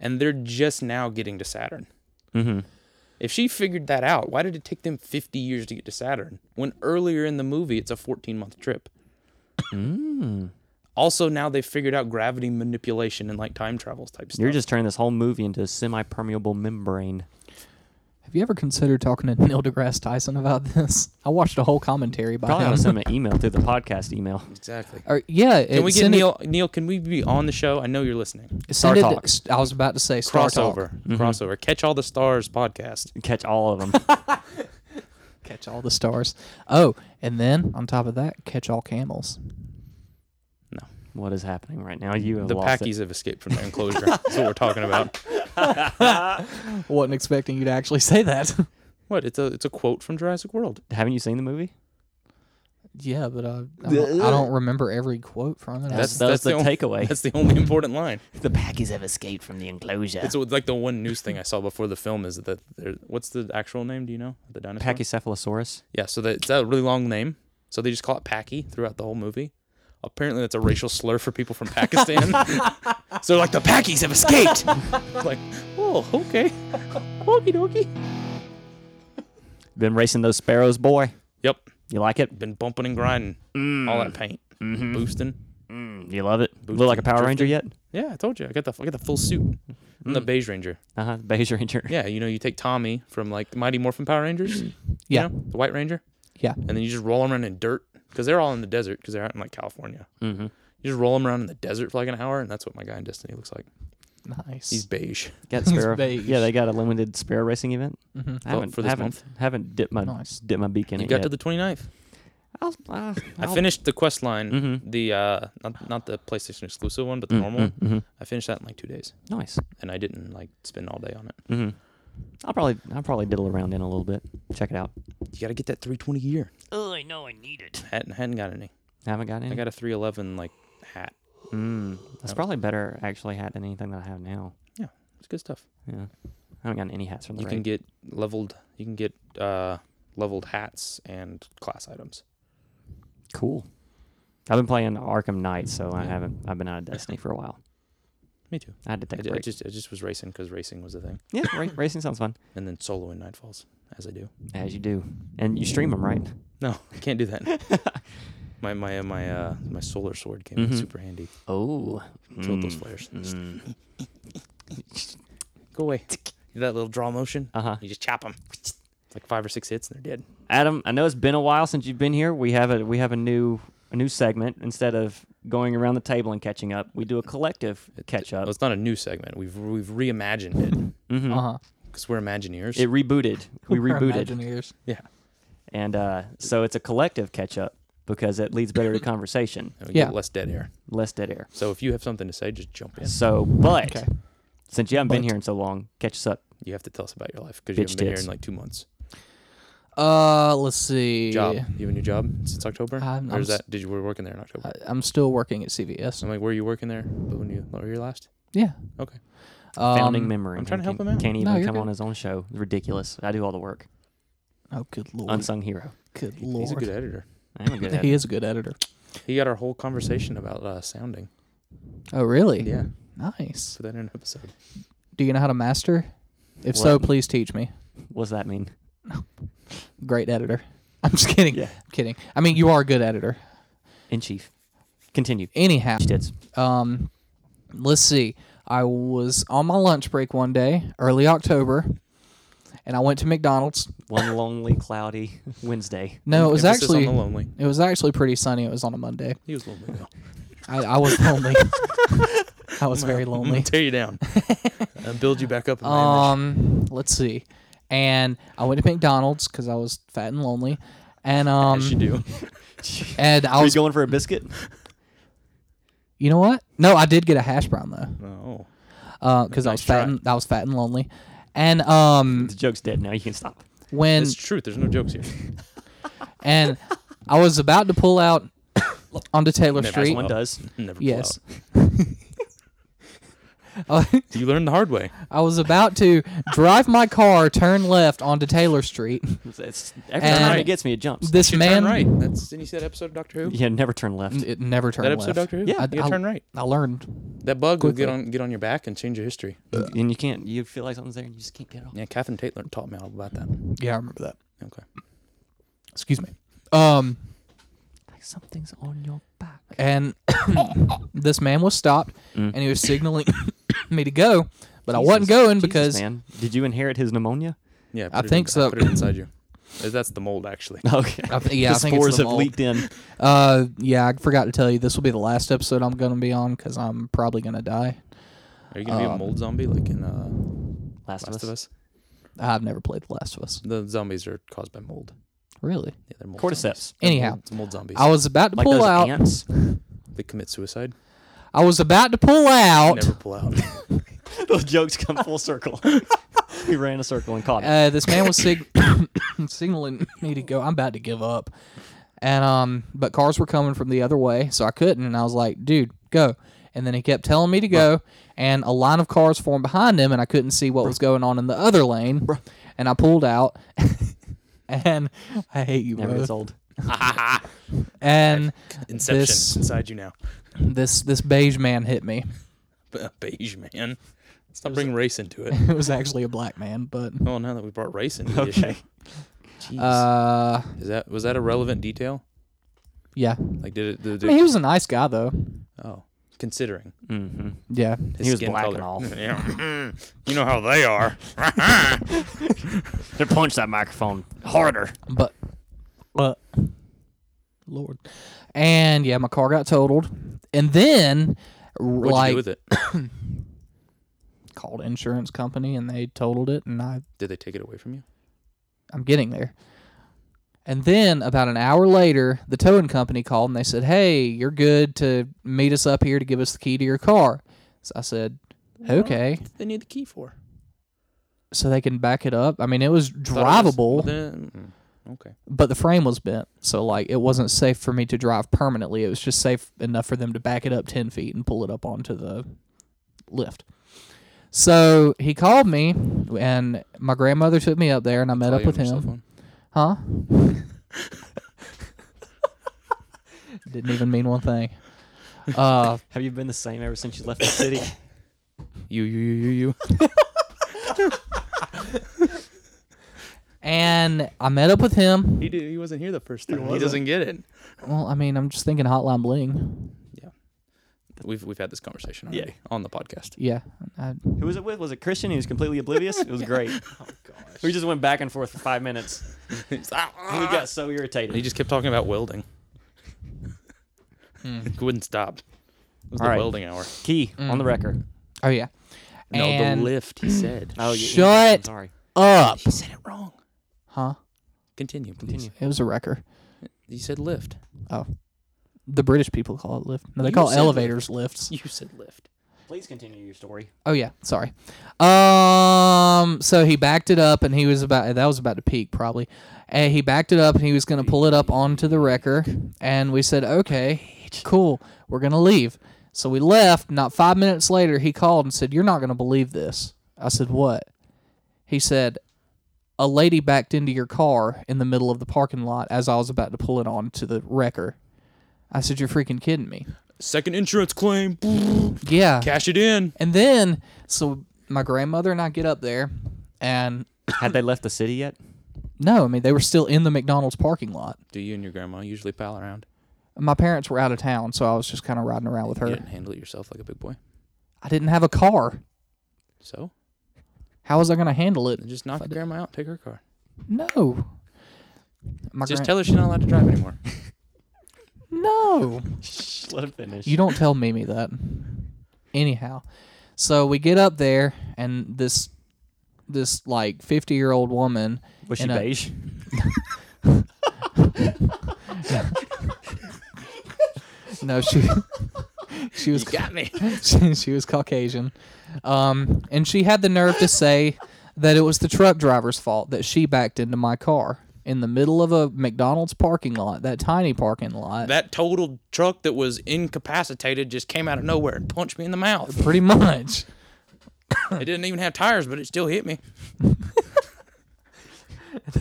[SPEAKER 2] and they're just now getting to Saturn.
[SPEAKER 1] Mm-hmm.
[SPEAKER 2] If she figured that out, why did it take them 50 years to get to Saturn when earlier in the movie it's a 14 month trip? Hmm. Also, now they've figured out gravity manipulation and like time travels type stuff.
[SPEAKER 1] You're just turning this whole movie into a semi-permeable membrane.
[SPEAKER 5] Have you ever considered talking to Neil deGrasse Tyson about this? I watched a whole commentary by
[SPEAKER 1] Probably ought to
[SPEAKER 5] him.
[SPEAKER 1] send him an email through the podcast email.
[SPEAKER 2] exactly.
[SPEAKER 5] Or, yeah,
[SPEAKER 2] Can we
[SPEAKER 5] it-
[SPEAKER 2] get
[SPEAKER 5] send it-
[SPEAKER 2] Neil? Neil, can we be on the show? I know you're listening.
[SPEAKER 5] send
[SPEAKER 1] Star
[SPEAKER 5] it-
[SPEAKER 1] Talk.
[SPEAKER 5] s- I was about to say Star Talk.
[SPEAKER 2] Crossover,
[SPEAKER 1] Mm-hmm.
[SPEAKER 2] crossover. Catch all the stars podcast.
[SPEAKER 1] Catch all of them.
[SPEAKER 5] Catch all the stars. Oh, and then on top of that, catch all camels.
[SPEAKER 1] what is happening right now? You have
[SPEAKER 2] The
[SPEAKER 1] lost
[SPEAKER 2] Packies have escaped from their enclosure. That's what we're talking about.
[SPEAKER 5] Wasn't expecting you to actually say that.
[SPEAKER 2] What? It's a it's a quote from Jurassic World.
[SPEAKER 1] it. Haven't you seen the movie?
[SPEAKER 5] yeah, but uh, I, don't, I don't remember every quote from it. I
[SPEAKER 2] That's
[SPEAKER 1] that was
[SPEAKER 2] that's
[SPEAKER 1] the
[SPEAKER 2] the only-
[SPEAKER 1] takeaway.
[SPEAKER 2] That's the only important line.
[SPEAKER 1] The Packies have escaped from the enclosure.
[SPEAKER 2] It's like the one news thing I saw before the film is that there. What's the actual name? Do you know the dinosaur?
[SPEAKER 1] Pachycephalosaurus.
[SPEAKER 2] Yeah, so that, it's a really long name. So they just call it Packy throughout the whole movie. Apparently, that's a racial slur for people from Pakistan. so they're like, the Pakis have escaped. like, oh, okay. Okie dokie.
[SPEAKER 1] Been racing those sparrows, boy.
[SPEAKER 2] Yep.
[SPEAKER 1] You like it? Mm-hmm.
[SPEAKER 2] Been bumping and grinding. All that paint. Boosting.
[SPEAKER 1] Mm, you love it? Look like a Power Ranger yet?
[SPEAKER 2] Yeah, I told you. I got the, I got the full suit. I'm the Beige Ranger.
[SPEAKER 1] Uh huh. Beige Ranger.
[SPEAKER 2] Yeah, you know, you take Tommy from like Mighty Morphin Power Rangers. you
[SPEAKER 5] Yeah.
[SPEAKER 2] know, the White Ranger.
[SPEAKER 5] Yeah.
[SPEAKER 2] and then you just roll them around in dirt because they're all in the desert because they're out in like California.
[SPEAKER 1] Mm-hmm.
[SPEAKER 2] You just roll them around in the desert for like an hour, and that's what my guy in Destiny looks like.
[SPEAKER 5] Nice.
[SPEAKER 2] He's beige.
[SPEAKER 1] Got
[SPEAKER 5] It's
[SPEAKER 1] sparrow.
[SPEAKER 5] beige.
[SPEAKER 1] Yeah, they got a limited sparrow racing event.
[SPEAKER 5] Mhm.
[SPEAKER 1] I haven't,
[SPEAKER 2] for this
[SPEAKER 1] haven't,
[SPEAKER 2] month?
[SPEAKER 1] haven't dipped my
[SPEAKER 5] Nice.
[SPEAKER 1] dipped my beak in
[SPEAKER 2] You
[SPEAKER 1] it
[SPEAKER 2] got
[SPEAKER 1] yet.
[SPEAKER 2] to the 29th.
[SPEAKER 1] I'll, uh,
[SPEAKER 2] I
[SPEAKER 1] I'll-
[SPEAKER 2] finished the quest line,
[SPEAKER 1] Mhm.
[SPEAKER 2] the uh, not not the PlayStation exclusive one, but the
[SPEAKER 1] Mm,
[SPEAKER 2] normal
[SPEAKER 1] mm,
[SPEAKER 2] one.
[SPEAKER 1] mhm.
[SPEAKER 2] I finished that in like two days,
[SPEAKER 1] Nice.
[SPEAKER 2] and I didn't like spend all day on it.
[SPEAKER 1] Mm-hmm. I'll probably I'll probably diddle around in a little bit. Check it out.
[SPEAKER 2] You gotta get that 320 year.
[SPEAKER 1] Oh, I know I need it.
[SPEAKER 2] Hadn't hadn't got any.
[SPEAKER 1] Haven't got any.
[SPEAKER 2] I got a 311 like hat.
[SPEAKER 1] mm, that's probably better actually hat than anything that I have now.
[SPEAKER 2] It's good stuff.
[SPEAKER 1] Yeah. I haven't gotten any hats from the
[SPEAKER 2] You
[SPEAKER 1] raid.
[SPEAKER 2] can get leveled. You can get uh, leveled hats and class items.
[SPEAKER 1] Cool. I've been playing Arkham Knight, so I
[SPEAKER 2] Yeah.
[SPEAKER 1] haven't. I've been out of Destiny for a while.
[SPEAKER 2] Me too.
[SPEAKER 1] I had to
[SPEAKER 2] I,
[SPEAKER 1] take a
[SPEAKER 2] ju- I
[SPEAKER 1] break.
[SPEAKER 2] just I just was racing because racing was the thing,
[SPEAKER 1] yeah, ra- racing sounds fun.
[SPEAKER 2] and then solo in Nightfalls as I do.
[SPEAKER 1] As you do, and you stream them, right?
[SPEAKER 2] No, I can't do that. my my uh, my uh, my solar sword came in
[SPEAKER 1] Mhm.
[SPEAKER 2] super handy.
[SPEAKER 1] Oh,
[SPEAKER 2] Killed those flares.
[SPEAKER 1] Mm.
[SPEAKER 2] Go away. That little draw motion.
[SPEAKER 1] Uh huh.
[SPEAKER 2] You just chop them. Like five or six hits and they're dead.
[SPEAKER 1] Adam, I know it's been a while since you've been here. We have a we have a new a new segment instead of going around the table and catching up. We do a collective catch
[SPEAKER 2] Well,
[SPEAKER 1] up.
[SPEAKER 2] it's not a new segment. We've we've reimagined it
[SPEAKER 1] Mm-hmm.
[SPEAKER 5] uh huh.
[SPEAKER 2] because we're Imagineers.
[SPEAKER 1] It rebooted. We rebooted,
[SPEAKER 5] Imagineers.
[SPEAKER 2] yeah.
[SPEAKER 1] and uh, so it's a collective catch up because it leads better to conversation,
[SPEAKER 2] And we
[SPEAKER 5] Yeah.
[SPEAKER 2] get less dead air.
[SPEAKER 1] less dead air.
[SPEAKER 2] So if you have something to say, just jump in.
[SPEAKER 1] So, but
[SPEAKER 5] Okay.
[SPEAKER 1] since you haven't been
[SPEAKER 5] But-
[SPEAKER 1] here in so long, catch us up.
[SPEAKER 2] You have to tell us about your life because you
[SPEAKER 1] Bitch
[SPEAKER 2] haven't been here
[SPEAKER 1] tits.
[SPEAKER 2] in like two months.
[SPEAKER 5] Uh, let's see.
[SPEAKER 2] Job. You have a new job since October?
[SPEAKER 5] I'm-
[SPEAKER 2] or is
[SPEAKER 5] I'm s-
[SPEAKER 2] that, did you were working there in October?
[SPEAKER 5] I, I'm still working at CVS.
[SPEAKER 2] so I'm like, were you working there when you were you last?
[SPEAKER 5] Yeah.
[SPEAKER 2] Okay.
[SPEAKER 5] Um,
[SPEAKER 1] Founding memory.
[SPEAKER 2] I'm trying to
[SPEAKER 1] man.
[SPEAKER 2] help
[SPEAKER 1] Can't-
[SPEAKER 2] him out.
[SPEAKER 1] Can't
[SPEAKER 5] No,
[SPEAKER 1] even
[SPEAKER 5] you're
[SPEAKER 1] come
[SPEAKER 5] good.
[SPEAKER 1] on his own show. It's ridiculous. I do all the work.
[SPEAKER 5] Oh, good lord.
[SPEAKER 1] Unsung hero.
[SPEAKER 5] good lord.
[SPEAKER 2] He's a good editor.
[SPEAKER 1] I am a good
[SPEAKER 5] He
[SPEAKER 1] at
[SPEAKER 5] is a good editor.
[SPEAKER 2] He got our whole conversation about uh, sounding.
[SPEAKER 5] Oh, really?
[SPEAKER 2] Yeah.
[SPEAKER 5] Nice.
[SPEAKER 2] Put that in an episode.
[SPEAKER 5] Do you know how to master? If so,
[SPEAKER 1] What?
[SPEAKER 5] please teach me.
[SPEAKER 1] What does that mean?
[SPEAKER 5] Great editor. I'm just kidding.
[SPEAKER 1] Yeah.
[SPEAKER 5] I'm kidding. I mean, you are a good editor.
[SPEAKER 1] In chief. Continue.
[SPEAKER 5] Anyhow,
[SPEAKER 1] Dits.
[SPEAKER 5] um, let's see. I was on my lunch break one day, early October, and I went to McDonald's.
[SPEAKER 1] One lonely, cloudy Wednesday.
[SPEAKER 5] No, it was
[SPEAKER 2] Emphasis
[SPEAKER 5] actually
[SPEAKER 2] on the lonely.
[SPEAKER 5] it was actually pretty sunny. It was on a Monday.
[SPEAKER 2] He was lonely though.
[SPEAKER 5] I, I was lonely. I was very
[SPEAKER 2] I'm gonna
[SPEAKER 5] lonely.
[SPEAKER 2] tear you down. uh, build you back up. in my image.
[SPEAKER 5] Um, let's see. And I went to McDonald's because I was fat and lonely, and um,
[SPEAKER 2] As you do.
[SPEAKER 5] and I
[SPEAKER 1] Are you
[SPEAKER 5] was,
[SPEAKER 1] going for a biscuit?
[SPEAKER 5] you know what? No, I did get a hash brown though,
[SPEAKER 2] Oh.
[SPEAKER 5] because I was
[SPEAKER 2] Nice try.
[SPEAKER 5] fat. And, I was fat and lonely, and um,
[SPEAKER 1] The joke's dead now. You can stop.
[SPEAKER 5] when
[SPEAKER 2] It's truth. There's no jokes here.
[SPEAKER 5] and I was about to pull out onto Taylor
[SPEAKER 2] Never
[SPEAKER 5] Street.
[SPEAKER 1] One does.
[SPEAKER 2] Never pull
[SPEAKER 5] Yes.
[SPEAKER 2] out.
[SPEAKER 5] I
[SPEAKER 2] You learn the hard way.
[SPEAKER 5] I was about to drive my car, turn left onto Taylor Street.
[SPEAKER 1] It's, it's- every
[SPEAKER 5] And-
[SPEAKER 1] time it gets me, it jumps.
[SPEAKER 5] This
[SPEAKER 2] You
[SPEAKER 5] man
[SPEAKER 2] turn right. That's didn't you see that episode of Doctor Who?
[SPEAKER 1] yeah, never turn left.
[SPEAKER 5] it never turned
[SPEAKER 2] That episode of
[SPEAKER 5] left.
[SPEAKER 2] Doctor Who?
[SPEAKER 1] Yeah.
[SPEAKER 2] You gotta
[SPEAKER 5] I-
[SPEAKER 2] turn right.
[SPEAKER 5] I learned.
[SPEAKER 2] That bug will get
[SPEAKER 5] Quickly.
[SPEAKER 2] on get on your back and change your history.
[SPEAKER 1] and you can't. You feel like something's there, and you just can't get it off.
[SPEAKER 2] Yeah, Catherine Taylor taught me all about that.
[SPEAKER 5] Yeah, I remember that.
[SPEAKER 2] Okay.
[SPEAKER 5] Excuse me. Um,
[SPEAKER 1] Like something's on your back.
[SPEAKER 5] and this man was stopped,
[SPEAKER 1] Mm.
[SPEAKER 5] and he was signaling me to go, but I wasn't
[SPEAKER 1] Jesus-
[SPEAKER 5] going
[SPEAKER 1] Jesus,
[SPEAKER 5] because
[SPEAKER 1] man, did you inherit his pneumonia?
[SPEAKER 2] Yeah.
[SPEAKER 5] I
[SPEAKER 2] put it
[SPEAKER 5] think
[SPEAKER 2] in-
[SPEAKER 5] so.
[SPEAKER 2] Put it inside you. Uh, That's the mold, actually.
[SPEAKER 1] Okay.
[SPEAKER 5] I th- yeah, I
[SPEAKER 1] the
[SPEAKER 5] think it's
[SPEAKER 1] spores
[SPEAKER 5] the
[SPEAKER 1] have
[SPEAKER 5] mold.
[SPEAKER 1] leaked in.
[SPEAKER 5] Uh, yeah, I forgot to tell you this will be the last episode I'm gonna be on because I'm probably gonna die.
[SPEAKER 2] Are you gonna be a
[SPEAKER 5] Um,
[SPEAKER 2] mold zombie like in uh,
[SPEAKER 1] Last,
[SPEAKER 2] Last of Us?
[SPEAKER 5] I've never played The Last of Us.
[SPEAKER 2] The zombies are caused by mold.
[SPEAKER 5] Really?
[SPEAKER 2] Yeah, they're mold zombies.
[SPEAKER 1] Cordyceps.
[SPEAKER 2] They're
[SPEAKER 5] Anyhow,
[SPEAKER 2] mold, mold zombies.
[SPEAKER 5] I was about to
[SPEAKER 1] Like
[SPEAKER 5] pull
[SPEAKER 1] those
[SPEAKER 5] out.
[SPEAKER 1] ants.
[SPEAKER 2] they commit suicide.
[SPEAKER 5] I was about to pull out.
[SPEAKER 2] Never pull out.
[SPEAKER 1] those jokes come full circle. we ran a circle and caught it.
[SPEAKER 5] Uh, this man was sig- signaling me to go. I'm about to give up. And um, but cars were coming from the other way, so I couldn't. And I was like, "Dude, go!" And then he kept telling me to go. And a line of cars formed behind him, and I couldn't see what was going on in the other lane. And I pulled out. and I hate you,
[SPEAKER 1] Never
[SPEAKER 5] bro.
[SPEAKER 1] gets old.
[SPEAKER 5] And
[SPEAKER 2] Inception
[SPEAKER 5] This-
[SPEAKER 2] inside you now.
[SPEAKER 5] this this beige man hit me.
[SPEAKER 2] B- Beige man. Stop bringing race into it.
[SPEAKER 5] It was actually a black man, but
[SPEAKER 2] Oh, now that we brought race into the
[SPEAKER 1] Okay.
[SPEAKER 2] issue, Jeez.
[SPEAKER 5] uh,
[SPEAKER 2] is that was that a relevant detail?
[SPEAKER 5] yeah.
[SPEAKER 2] Like, did it? Did
[SPEAKER 5] I
[SPEAKER 2] it
[SPEAKER 5] mean, he was a nice guy though.
[SPEAKER 2] oh, considering
[SPEAKER 1] Mm-hmm.
[SPEAKER 5] Yeah.
[SPEAKER 2] his
[SPEAKER 1] He was
[SPEAKER 2] skin
[SPEAKER 1] black
[SPEAKER 2] color.
[SPEAKER 1] and all.
[SPEAKER 2] Yeah. you know how they are.
[SPEAKER 1] They punch that microphone harder.
[SPEAKER 5] but but lord and yeah my car got totaled and then r-
[SPEAKER 2] What'd you
[SPEAKER 5] like
[SPEAKER 2] do with it?
[SPEAKER 5] called insurance company and they totaled it and i
[SPEAKER 2] Did they take it away from you?
[SPEAKER 5] i'm getting there and then about an hour later the towing company called and they said hey you're good to meet us up here to give us the key to your car so i said okay
[SPEAKER 2] They need the key for.
[SPEAKER 5] so they can back it up i mean it was
[SPEAKER 2] Thought it was-
[SPEAKER 5] drivable
[SPEAKER 2] Then, mm, okay.
[SPEAKER 5] but the frame was bent, so like it wasn't safe for me to drive permanently. It was just safe enough for them to back it up ten feet and pull it up onto the lift. So he called me, and my grandmother took me up there, and I met
[SPEAKER 2] Call
[SPEAKER 5] up
[SPEAKER 2] you
[SPEAKER 5] with
[SPEAKER 2] on your cell
[SPEAKER 5] him.
[SPEAKER 2] phone?
[SPEAKER 5] Huh? Didn't even mean one thing. Uh,
[SPEAKER 1] Have you been the same ever since you left the city?
[SPEAKER 2] You, you, you, you, you.
[SPEAKER 5] and I met up with him.
[SPEAKER 2] He did. He wasn't here the first time. He, doesn't get it.
[SPEAKER 5] Well, I mean, I'm just thinking Hotline Bling.
[SPEAKER 2] We've we've had this conversation
[SPEAKER 1] Yeah.
[SPEAKER 2] already on the podcast.
[SPEAKER 5] Yeah, I,
[SPEAKER 1] Who was it with? Was it Christian? He was completely oblivious. It was great. oh gosh. We just went back and forth for five minutes. we got so irritated.
[SPEAKER 2] "Ah." He just kept talking about welding. He wouldn't stop. It was
[SPEAKER 1] All
[SPEAKER 2] the
[SPEAKER 1] right.
[SPEAKER 2] welding hour.
[SPEAKER 1] Key on the record.
[SPEAKER 5] oh yeah.
[SPEAKER 2] No,
[SPEAKER 5] and
[SPEAKER 2] the lift. He said.
[SPEAKER 1] Oh, yeah,
[SPEAKER 5] Shut
[SPEAKER 1] I'm sorry.
[SPEAKER 5] up,
[SPEAKER 2] he said it wrong.
[SPEAKER 5] huh?
[SPEAKER 2] Continue, please.
[SPEAKER 1] Continue.
[SPEAKER 5] It was a wrecker.
[SPEAKER 2] You said lift.
[SPEAKER 5] The British people call it lift. No, they
[SPEAKER 2] You
[SPEAKER 5] call
[SPEAKER 2] said
[SPEAKER 5] elevators lifts.
[SPEAKER 2] You said lift.
[SPEAKER 1] Please continue your story.
[SPEAKER 5] Oh yeah, sorry. Um, so he backed it up, and he was about that was about to peak probably. And he backed it up, and he was going to pull it up onto the wrecker. And we said, okay, cool, we're going to leave. So we left. Not five minutes later, he called and said, "You're not going to believe this." I said, "What?" He said, "A lady backed into your car in the middle of the parking lot as I was about to pull it onto the wrecker." I said, "You're freaking kidding me."
[SPEAKER 2] Second insurance claim.
[SPEAKER 5] Yeah.
[SPEAKER 2] Cash it in.
[SPEAKER 5] And then, so my grandmother and I get up there, and
[SPEAKER 1] Had they left the city yet?
[SPEAKER 5] no, I mean, they were still in the McDonald's parking lot.
[SPEAKER 2] Do you and your grandma usually pal around?
[SPEAKER 5] My parents were out of town, so I was just kind of riding around with
[SPEAKER 2] You
[SPEAKER 5] her.
[SPEAKER 2] didn't handle it yourself like a big boy.
[SPEAKER 5] I didn't have a car.
[SPEAKER 2] So
[SPEAKER 5] How was I going to handle it?
[SPEAKER 2] Just knock your grandma out, take her car.
[SPEAKER 5] No. My
[SPEAKER 2] Just
[SPEAKER 5] gran-
[SPEAKER 2] tell her she's not allowed to drive anymore.
[SPEAKER 5] No.
[SPEAKER 1] Shh, Let him finish.
[SPEAKER 5] You don't tell Mimi that. Anyhow, so we get up there, and this this like fifty year old woman
[SPEAKER 1] Was she
[SPEAKER 5] in a-
[SPEAKER 1] beige?
[SPEAKER 5] No, she she was
[SPEAKER 2] got me.
[SPEAKER 5] she, she was Caucasian, um, and she had the nerve to say that it was the truck driver's fault that she backed into my car in the middle of a McDonald's parking lot, that tiny parking lot.
[SPEAKER 2] That total truck that was incapacitated just came out of nowhere and punched me in the mouth.
[SPEAKER 5] pretty much.
[SPEAKER 2] It didn't even have tires, but it still hit me.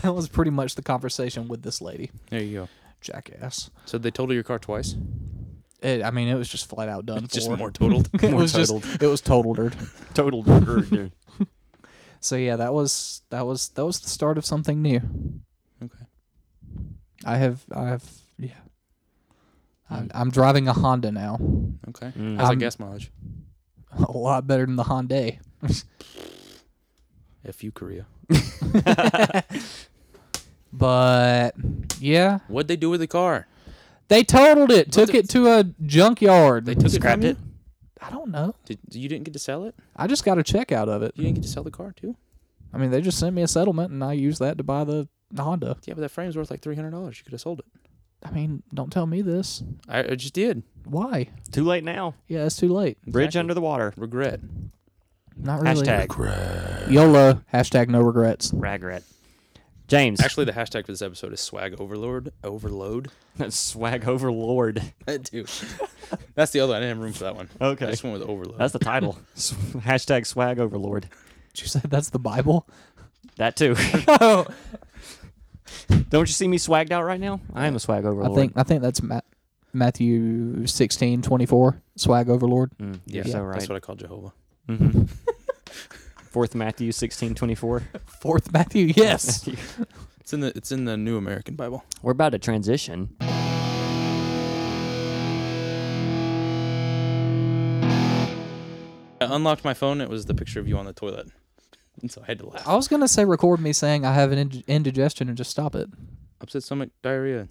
[SPEAKER 5] That was pretty much the conversation with this lady,
[SPEAKER 2] There you go.
[SPEAKER 5] jackass.
[SPEAKER 2] So they totaled your car twice.
[SPEAKER 5] It, I mean, it was just flat out done for.
[SPEAKER 2] Just more totaled.
[SPEAKER 5] it
[SPEAKER 1] more
[SPEAKER 5] was just
[SPEAKER 1] totaled.
[SPEAKER 5] it was totaled her.
[SPEAKER 1] Total nerd, dude.
[SPEAKER 5] So yeah, that was that was that was the start of something new.
[SPEAKER 2] Okay.
[SPEAKER 5] I have I have yeah.
[SPEAKER 2] Hmm.
[SPEAKER 5] I'm, I'm driving a Honda now.
[SPEAKER 2] Okay.
[SPEAKER 1] Mm.
[SPEAKER 2] How's that
[SPEAKER 5] Um,
[SPEAKER 2] gas mileage?
[SPEAKER 5] A lot better than the Hyundai.
[SPEAKER 2] F you Korea.
[SPEAKER 5] But yeah,
[SPEAKER 2] What'd they do with the car?
[SPEAKER 5] they totaled it. Took
[SPEAKER 2] the-
[SPEAKER 5] it to a junkyard.
[SPEAKER 2] They took
[SPEAKER 1] Mm. Scrapped
[SPEAKER 2] it.
[SPEAKER 1] it?
[SPEAKER 2] from
[SPEAKER 5] I don't know.
[SPEAKER 2] you? Did, you didn't get to sell it.
[SPEAKER 5] I just got a check out of it.
[SPEAKER 2] You didn't get to sell the car too.
[SPEAKER 5] I mean, they just sent me a settlement, and I used that to buy the Honda.
[SPEAKER 2] Yeah, but that frame's worth like three hundred dollars. You could have sold it.
[SPEAKER 5] I mean, don't tell me this.
[SPEAKER 2] I, I just did.
[SPEAKER 5] Why?
[SPEAKER 1] Too late now.
[SPEAKER 5] Yeah, it's too late.
[SPEAKER 1] Bridge
[SPEAKER 2] Exactly.
[SPEAKER 1] under the water.
[SPEAKER 2] Regret.
[SPEAKER 5] Not really.
[SPEAKER 1] Hashtag
[SPEAKER 5] YOLO. Hashtag no regrets.
[SPEAKER 1] ragrat. James,
[SPEAKER 2] Actually, the hashtag for this episode is swag overlord. Overload.
[SPEAKER 1] swag overlord.
[SPEAKER 2] Dude, that's the other. one. I didn't have room for that one.
[SPEAKER 1] Okay.
[SPEAKER 2] I just went with overload.
[SPEAKER 1] That's the title. S- Hashtag swag overlord.
[SPEAKER 5] Did you say that's the Bible?
[SPEAKER 1] That too.
[SPEAKER 5] Oh,
[SPEAKER 1] Don't you see me swagged out right now? I am a swag
[SPEAKER 5] I
[SPEAKER 1] overlord.
[SPEAKER 5] think I think that's Ma- Matthew sixteen twenty four. Swag overlord.
[SPEAKER 1] Mm,
[SPEAKER 2] yeah,
[SPEAKER 1] you're so right.
[SPEAKER 2] That's what I call Jehovah.
[SPEAKER 1] hmm Fourth Matthew sixteen twenty four.
[SPEAKER 5] Fourth Matthew. Yes.
[SPEAKER 2] It's in the it's in the New American Bible.
[SPEAKER 1] We're about to transition.
[SPEAKER 2] I unlocked my phone. It was the picture of you on the toilet, and so I had to laugh.
[SPEAKER 5] I was gonna say record me saying I have an ind- indigestion and just stop it.
[SPEAKER 2] Upset stomach, diarrhea.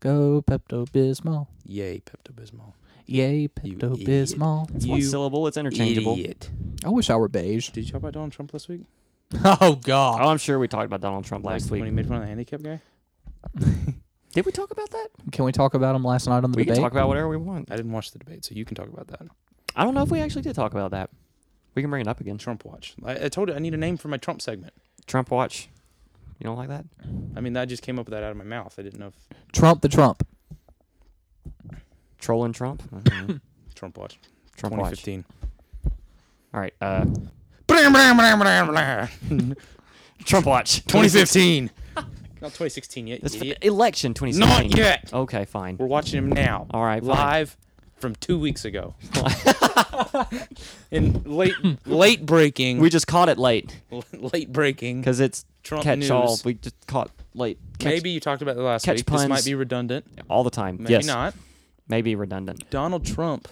[SPEAKER 5] Go Pepto Bismol.
[SPEAKER 2] Yay, Pepto Bismol.
[SPEAKER 5] Yay
[SPEAKER 2] You
[SPEAKER 5] Pepto Bismol.
[SPEAKER 1] It's one
[SPEAKER 2] You
[SPEAKER 1] syllable. It's interchangeable.
[SPEAKER 2] Idiot.
[SPEAKER 5] I wish I were beige.
[SPEAKER 2] Did you talk about Donald Trump last week?
[SPEAKER 5] Oh God.
[SPEAKER 1] Oh, I'm sure we talked about Donald Trump last
[SPEAKER 2] Like,
[SPEAKER 1] week.
[SPEAKER 2] when he made fun of the handicap guy.
[SPEAKER 1] Did we talk about that?
[SPEAKER 5] Can we talk about him last night on the
[SPEAKER 1] Oh. We
[SPEAKER 5] debate?
[SPEAKER 1] can talk about whatever we want.
[SPEAKER 2] I didn't watch the debate, so you can talk about that.
[SPEAKER 1] I don't know if we actually did talk about that. We can bring it up again.
[SPEAKER 2] Trump watch. I, I told you I need a name for my Trump segment.
[SPEAKER 1] Trump watch. You don't like that?
[SPEAKER 2] I mean, I just came up with that out of my mouth. I didn't know if
[SPEAKER 5] Trump the Trump.
[SPEAKER 1] Trolling Trump. I don't know.
[SPEAKER 2] Trump watch.
[SPEAKER 1] Trump watch.
[SPEAKER 2] 2015.
[SPEAKER 1] All right. Uh,
[SPEAKER 2] Blam, blam, blam, blam, blam.
[SPEAKER 1] Trump watch.
[SPEAKER 2] 2015. Not 2016 yet.
[SPEAKER 1] It's
[SPEAKER 2] idiot.
[SPEAKER 1] f- election 2016.
[SPEAKER 2] Not yet.
[SPEAKER 1] Okay, fine.
[SPEAKER 2] We're watching him now.
[SPEAKER 1] All right, fine.
[SPEAKER 2] Live from two weeks ago. In late late breaking.
[SPEAKER 1] We just caught it late
[SPEAKER 2] late breaking.
[SPEAKER 1] because it's
[SPEAKER 2] Trump
[SPEAKER 1] catch all.
[SPEAKER 2] news.
[SPEAKER 1] We just caught late. Catch
[SPEAKER 2] Maybe you talked about it last
[SPEAKER 1] catch
[SPEAKER 2] week. This
[SPEAKER 1] puns.
[SPEAKER 2] might be redundant.
[SPEAKER 1] all the time.
[SPEAKER 2] Maybe
[SPEAKER 1] yes,
[SPEAKER 2] not.
[SPEAKER 1] maybe redundant.
[SPEAKER 2] Donald Trump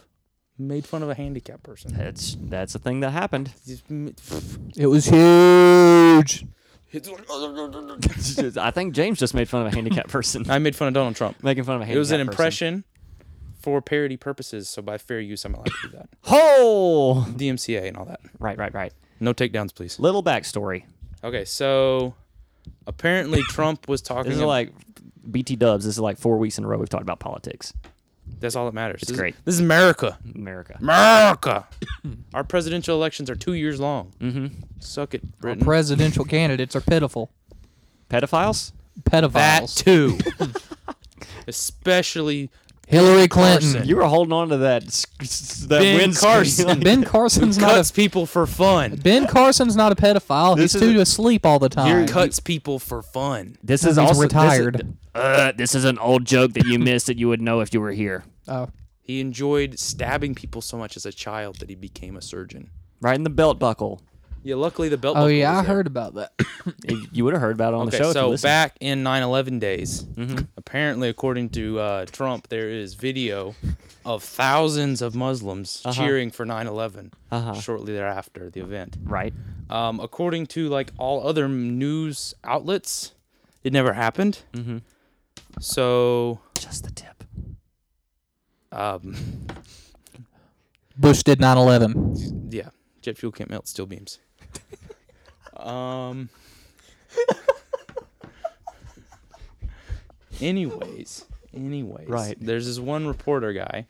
[SPEAKER 2] made fun of a handicapped person.
[SPEAKER 1] That's that's a thing that happened.
[SPEAKER 2] Just m-
[SPEAKER 5] It was huge.
[SPEAKER 2] It's like,
[SPEAKER 1] I think James just made fun of a handicapped person.
[SPEAKER 2] I made fun of Donald Trump.
[SPEAKER 1] Making fun of a handicapped
[SPEAKER 2] It was an
[SPEAKER 1] person.
[SPEAKER 2] impression for parody purposes, so by fair use, I'm allowed to do that.
[SPEAKER 1] Hole.
[SPEAKER 2] DMCA and all that.
[SPEAKER 1] Right, right, right.
[SPEAKER 2] No takedowns, please.
[SPEAKER 1] Little backstory.
[SPEAKER 2] Okay, so apparently Trump was talking.
[SPEAKER 1] This is
[SPEAKER 2] ab-
[SPEAKER 1] like BT Dubs. This is like four weeks in a row we've talked about politics.
[SPEAKER 2] that's all that matters. It's this
[SPEAKER 1] great.
[SPEAKER 2] Is, this is America.
[SPEAKER 1] America.
[SPEAKER 2] America. Our presidential elections are two years long. Mm-hmm. Suck it, Britain.
[SPEAKER 5] Presidential candidates are pitiful.
[SPEAKER 1] Pedophiles.
[SPEAKER 2] that
[SPEAKER 5] Pedophiles.
[SPEAKER 2] too. Especially
[SPEAKER 5] Hillary Clinton.
[SPEAKER 2] Carson.
[SPEAKER 1] You were holding on to that s- s- that
[SPEAKER 2] Ben
[SPEAKER 1] wind
[SPEAKER 2] Carson.
[SPEAKER 5] Ben Carson's not
[SPEAKER 2] cuts
[SPEAKER 5] a
[SPEAKER 2] people for fun.
[SPEAKER 5] Ben Carson's not a pedophile.
[SPEAKER 1] This
[SPEAKER 5] He's
[SPEAKER 1] is-
[SPEAKER 5] too asleep all the time.
[SPEAKER 2] Cuts people for fun.
[SPEAKER 1] This
[SPEAKER 5] No,
[SPEAKER 1] is
[SPEAKER 5] he's
[SPEAKER 1] also this is-
[SPEAKER 5] retired.
[SPEAKER 1] uh, this is an old joke that you missed that you would know if you were here.
[SPEAKER 5] Oh,
[SPEAKER 2] He enjoyed stabbing people so much as a child that he became a surgeon.
[SPEAKER 1] Right in the belt buckle.
[SPEAKER 2] Yeah, luckily the belt.
[SPEAKER 5] oh
[SPEAKER 2] buckle
[SPEAKER 5] yeah, I
[SPEAKER 2] was there.
[SPEAKER 5] heard about that.
[SPEAKER 1] If- You would have heard about it on the show.
[SPEAKER 2] Okay,
[SPEAKER 1] if you
[SPEAKER 2] so
[SPEAKER 1] listened.
[SPEAKER 2] back in 9/11 days, apparently, according to uh, Trump, there is video of Uh-huh.
[SPEAKER 1] Uh-huh.
[SPEAKER 2] thousands of Muslims cheering for 9/11 shortly thereafter the event.
[SPEAKER 1] right?
[SPEAKER 2] Um, according to like all other news outlets, it never happened.
[SPEAKER 1] Mm-hmm.
[SPEAKER 2] So,
[SPEAKER 1] Just the tip.
[SPEAKER 2] um,
[SPEAKER 5] Bush did 9/11.
[SPEAKER 2] yeah, jet fuel can't melt steel beams. um. anyways, anyways,
[SPEAKER 1] Right.
[SPEAKER 2] There's this one reporter guy.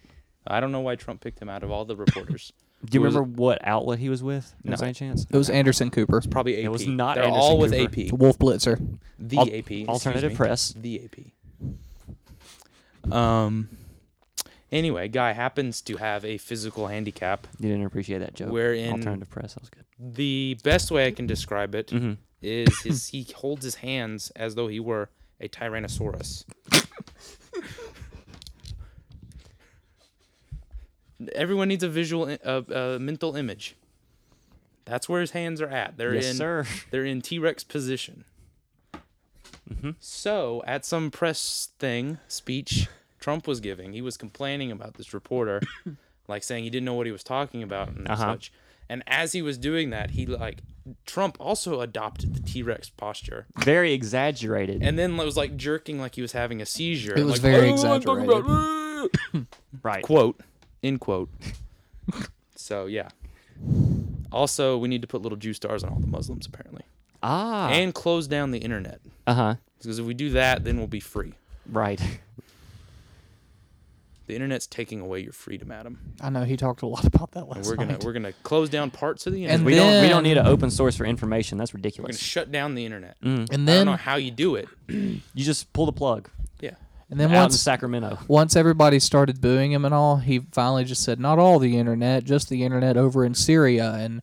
[SPEAKER 2] I don't know why Trump picked him out of all the reporters.
[SPEAKER 1] Do you
[SPEAKER 2] Was-
[SPEAKER 1] remember what outlet he was with? No. By any chance?
[SPEAKER 5] It was Anderson Cooper,
[SPEAKER 2] Probably AP.
[SPEAKER 1] It was not
[SPEAKER 2] They're
[SPEAKER 1] Anderson
[SPEAKER 2] all with
[SPEAKER 1] Cooper.
[SPEAKER 2] AP.
[SPEAKER 5] Wolf Blitzer.
[SPEAKER 2] The
[SPEAKER 1] Al-
[SPEAKER 2] AP. excuse
[SPEAKER 1] Alternative
[SPEAKER 2] me.
[SPEAKER 1] Press.
[SPEAKER 2] The AP. Um. Anyway, guy happens to have a physical handicap.
[SPEAKER 1] You didn't appreciate that joke.
[SPEAKER 2] We're in-
[SPEAKER 1] alternative press. That was good.
[SPEAKER 2] The best way I can describe it is
[SPEAKER 1] Mm-hmm.
[SPEAKER 2] his he holds his hands as though he were a tyrannosaurus. Everyone needs a visual, i- uh, uh, mental image. That's where his hands are at. They're
[SPEAKER 1] Yes,
[SPEAKER 2] in
[SPEAKER 1] sir.
[SPEAKER 2] They're in T Rex position.
[SPEAKER 5] Mm-hmm.
[SPEAKER 2] So, at some press thing, speech Trump was giving, he was complaining about this reporter, like saying he didn't know what he was talking about and
[SPEAKER 1] Uh-huh.
[SPEAKER 2] such. And as he was doing that, he like Trump also adopted the T Rex posture,
[SPEAKER 1] Very exaggerated.
[SPEAKER 2] and then was like jerking like he was having a seizure.
[SPEAKER 5] It was
[SPEAKER 2] like,
[SPEAKER 5] very
[SPEAKER 2] "I don't know what I'm talking about."
[SPEAKER 1] right.
[SPEAKER 2] quote end quote. so yeah. Also, we need to put little Jew stars on all the Muslims apparently,
[SPEAKER 1] ah.
[SPEAKER 2] and close down the internet.
[SPEAKER 1] uh huh.
[SPEAKER 2] Because if we do that, then we'll be free.
[SPEAKER 1] Right.
[SPEAKER 2] The internet's taking away your freedom, Adam.
[SPEAKER 5] I know he talked a lot about that
[SPEAKER 2] And
[SPEAKER 5] last
[SPEAKER 2] we're gonna
[SPEAKER 5] night.
[SPEAKER 2] we're gonna close down parts of the internet.
[SPEAKER 5] And
[SPEAKER 1] We don't. We don't need
[SPEAKER 5] Then-
[SPEAKER 1] an open source for information. That's
[SPEAKER 2] we're gonna
[SPEAKER 1] ridiculous.
[SPEAKER 2] shut down the internet.
[SPEAKER 5] Mm, and
[SPEAKER 2] I don't
[SPEAKER 5] then
[SPEAKER 2] know how you do it.
[SPEAKER 1] you just pull the plug.
[SPEAKER 2] Yeah.
[SPEAKER 5] and then
[SPEAKER 1] out in
[SPEAKER 5] once
[SPEAKER 1] Sacramento.
[SPEAKER 5] once everybody started booing him and all, he finally just said, "Not all the internet, just the internet over in Syria and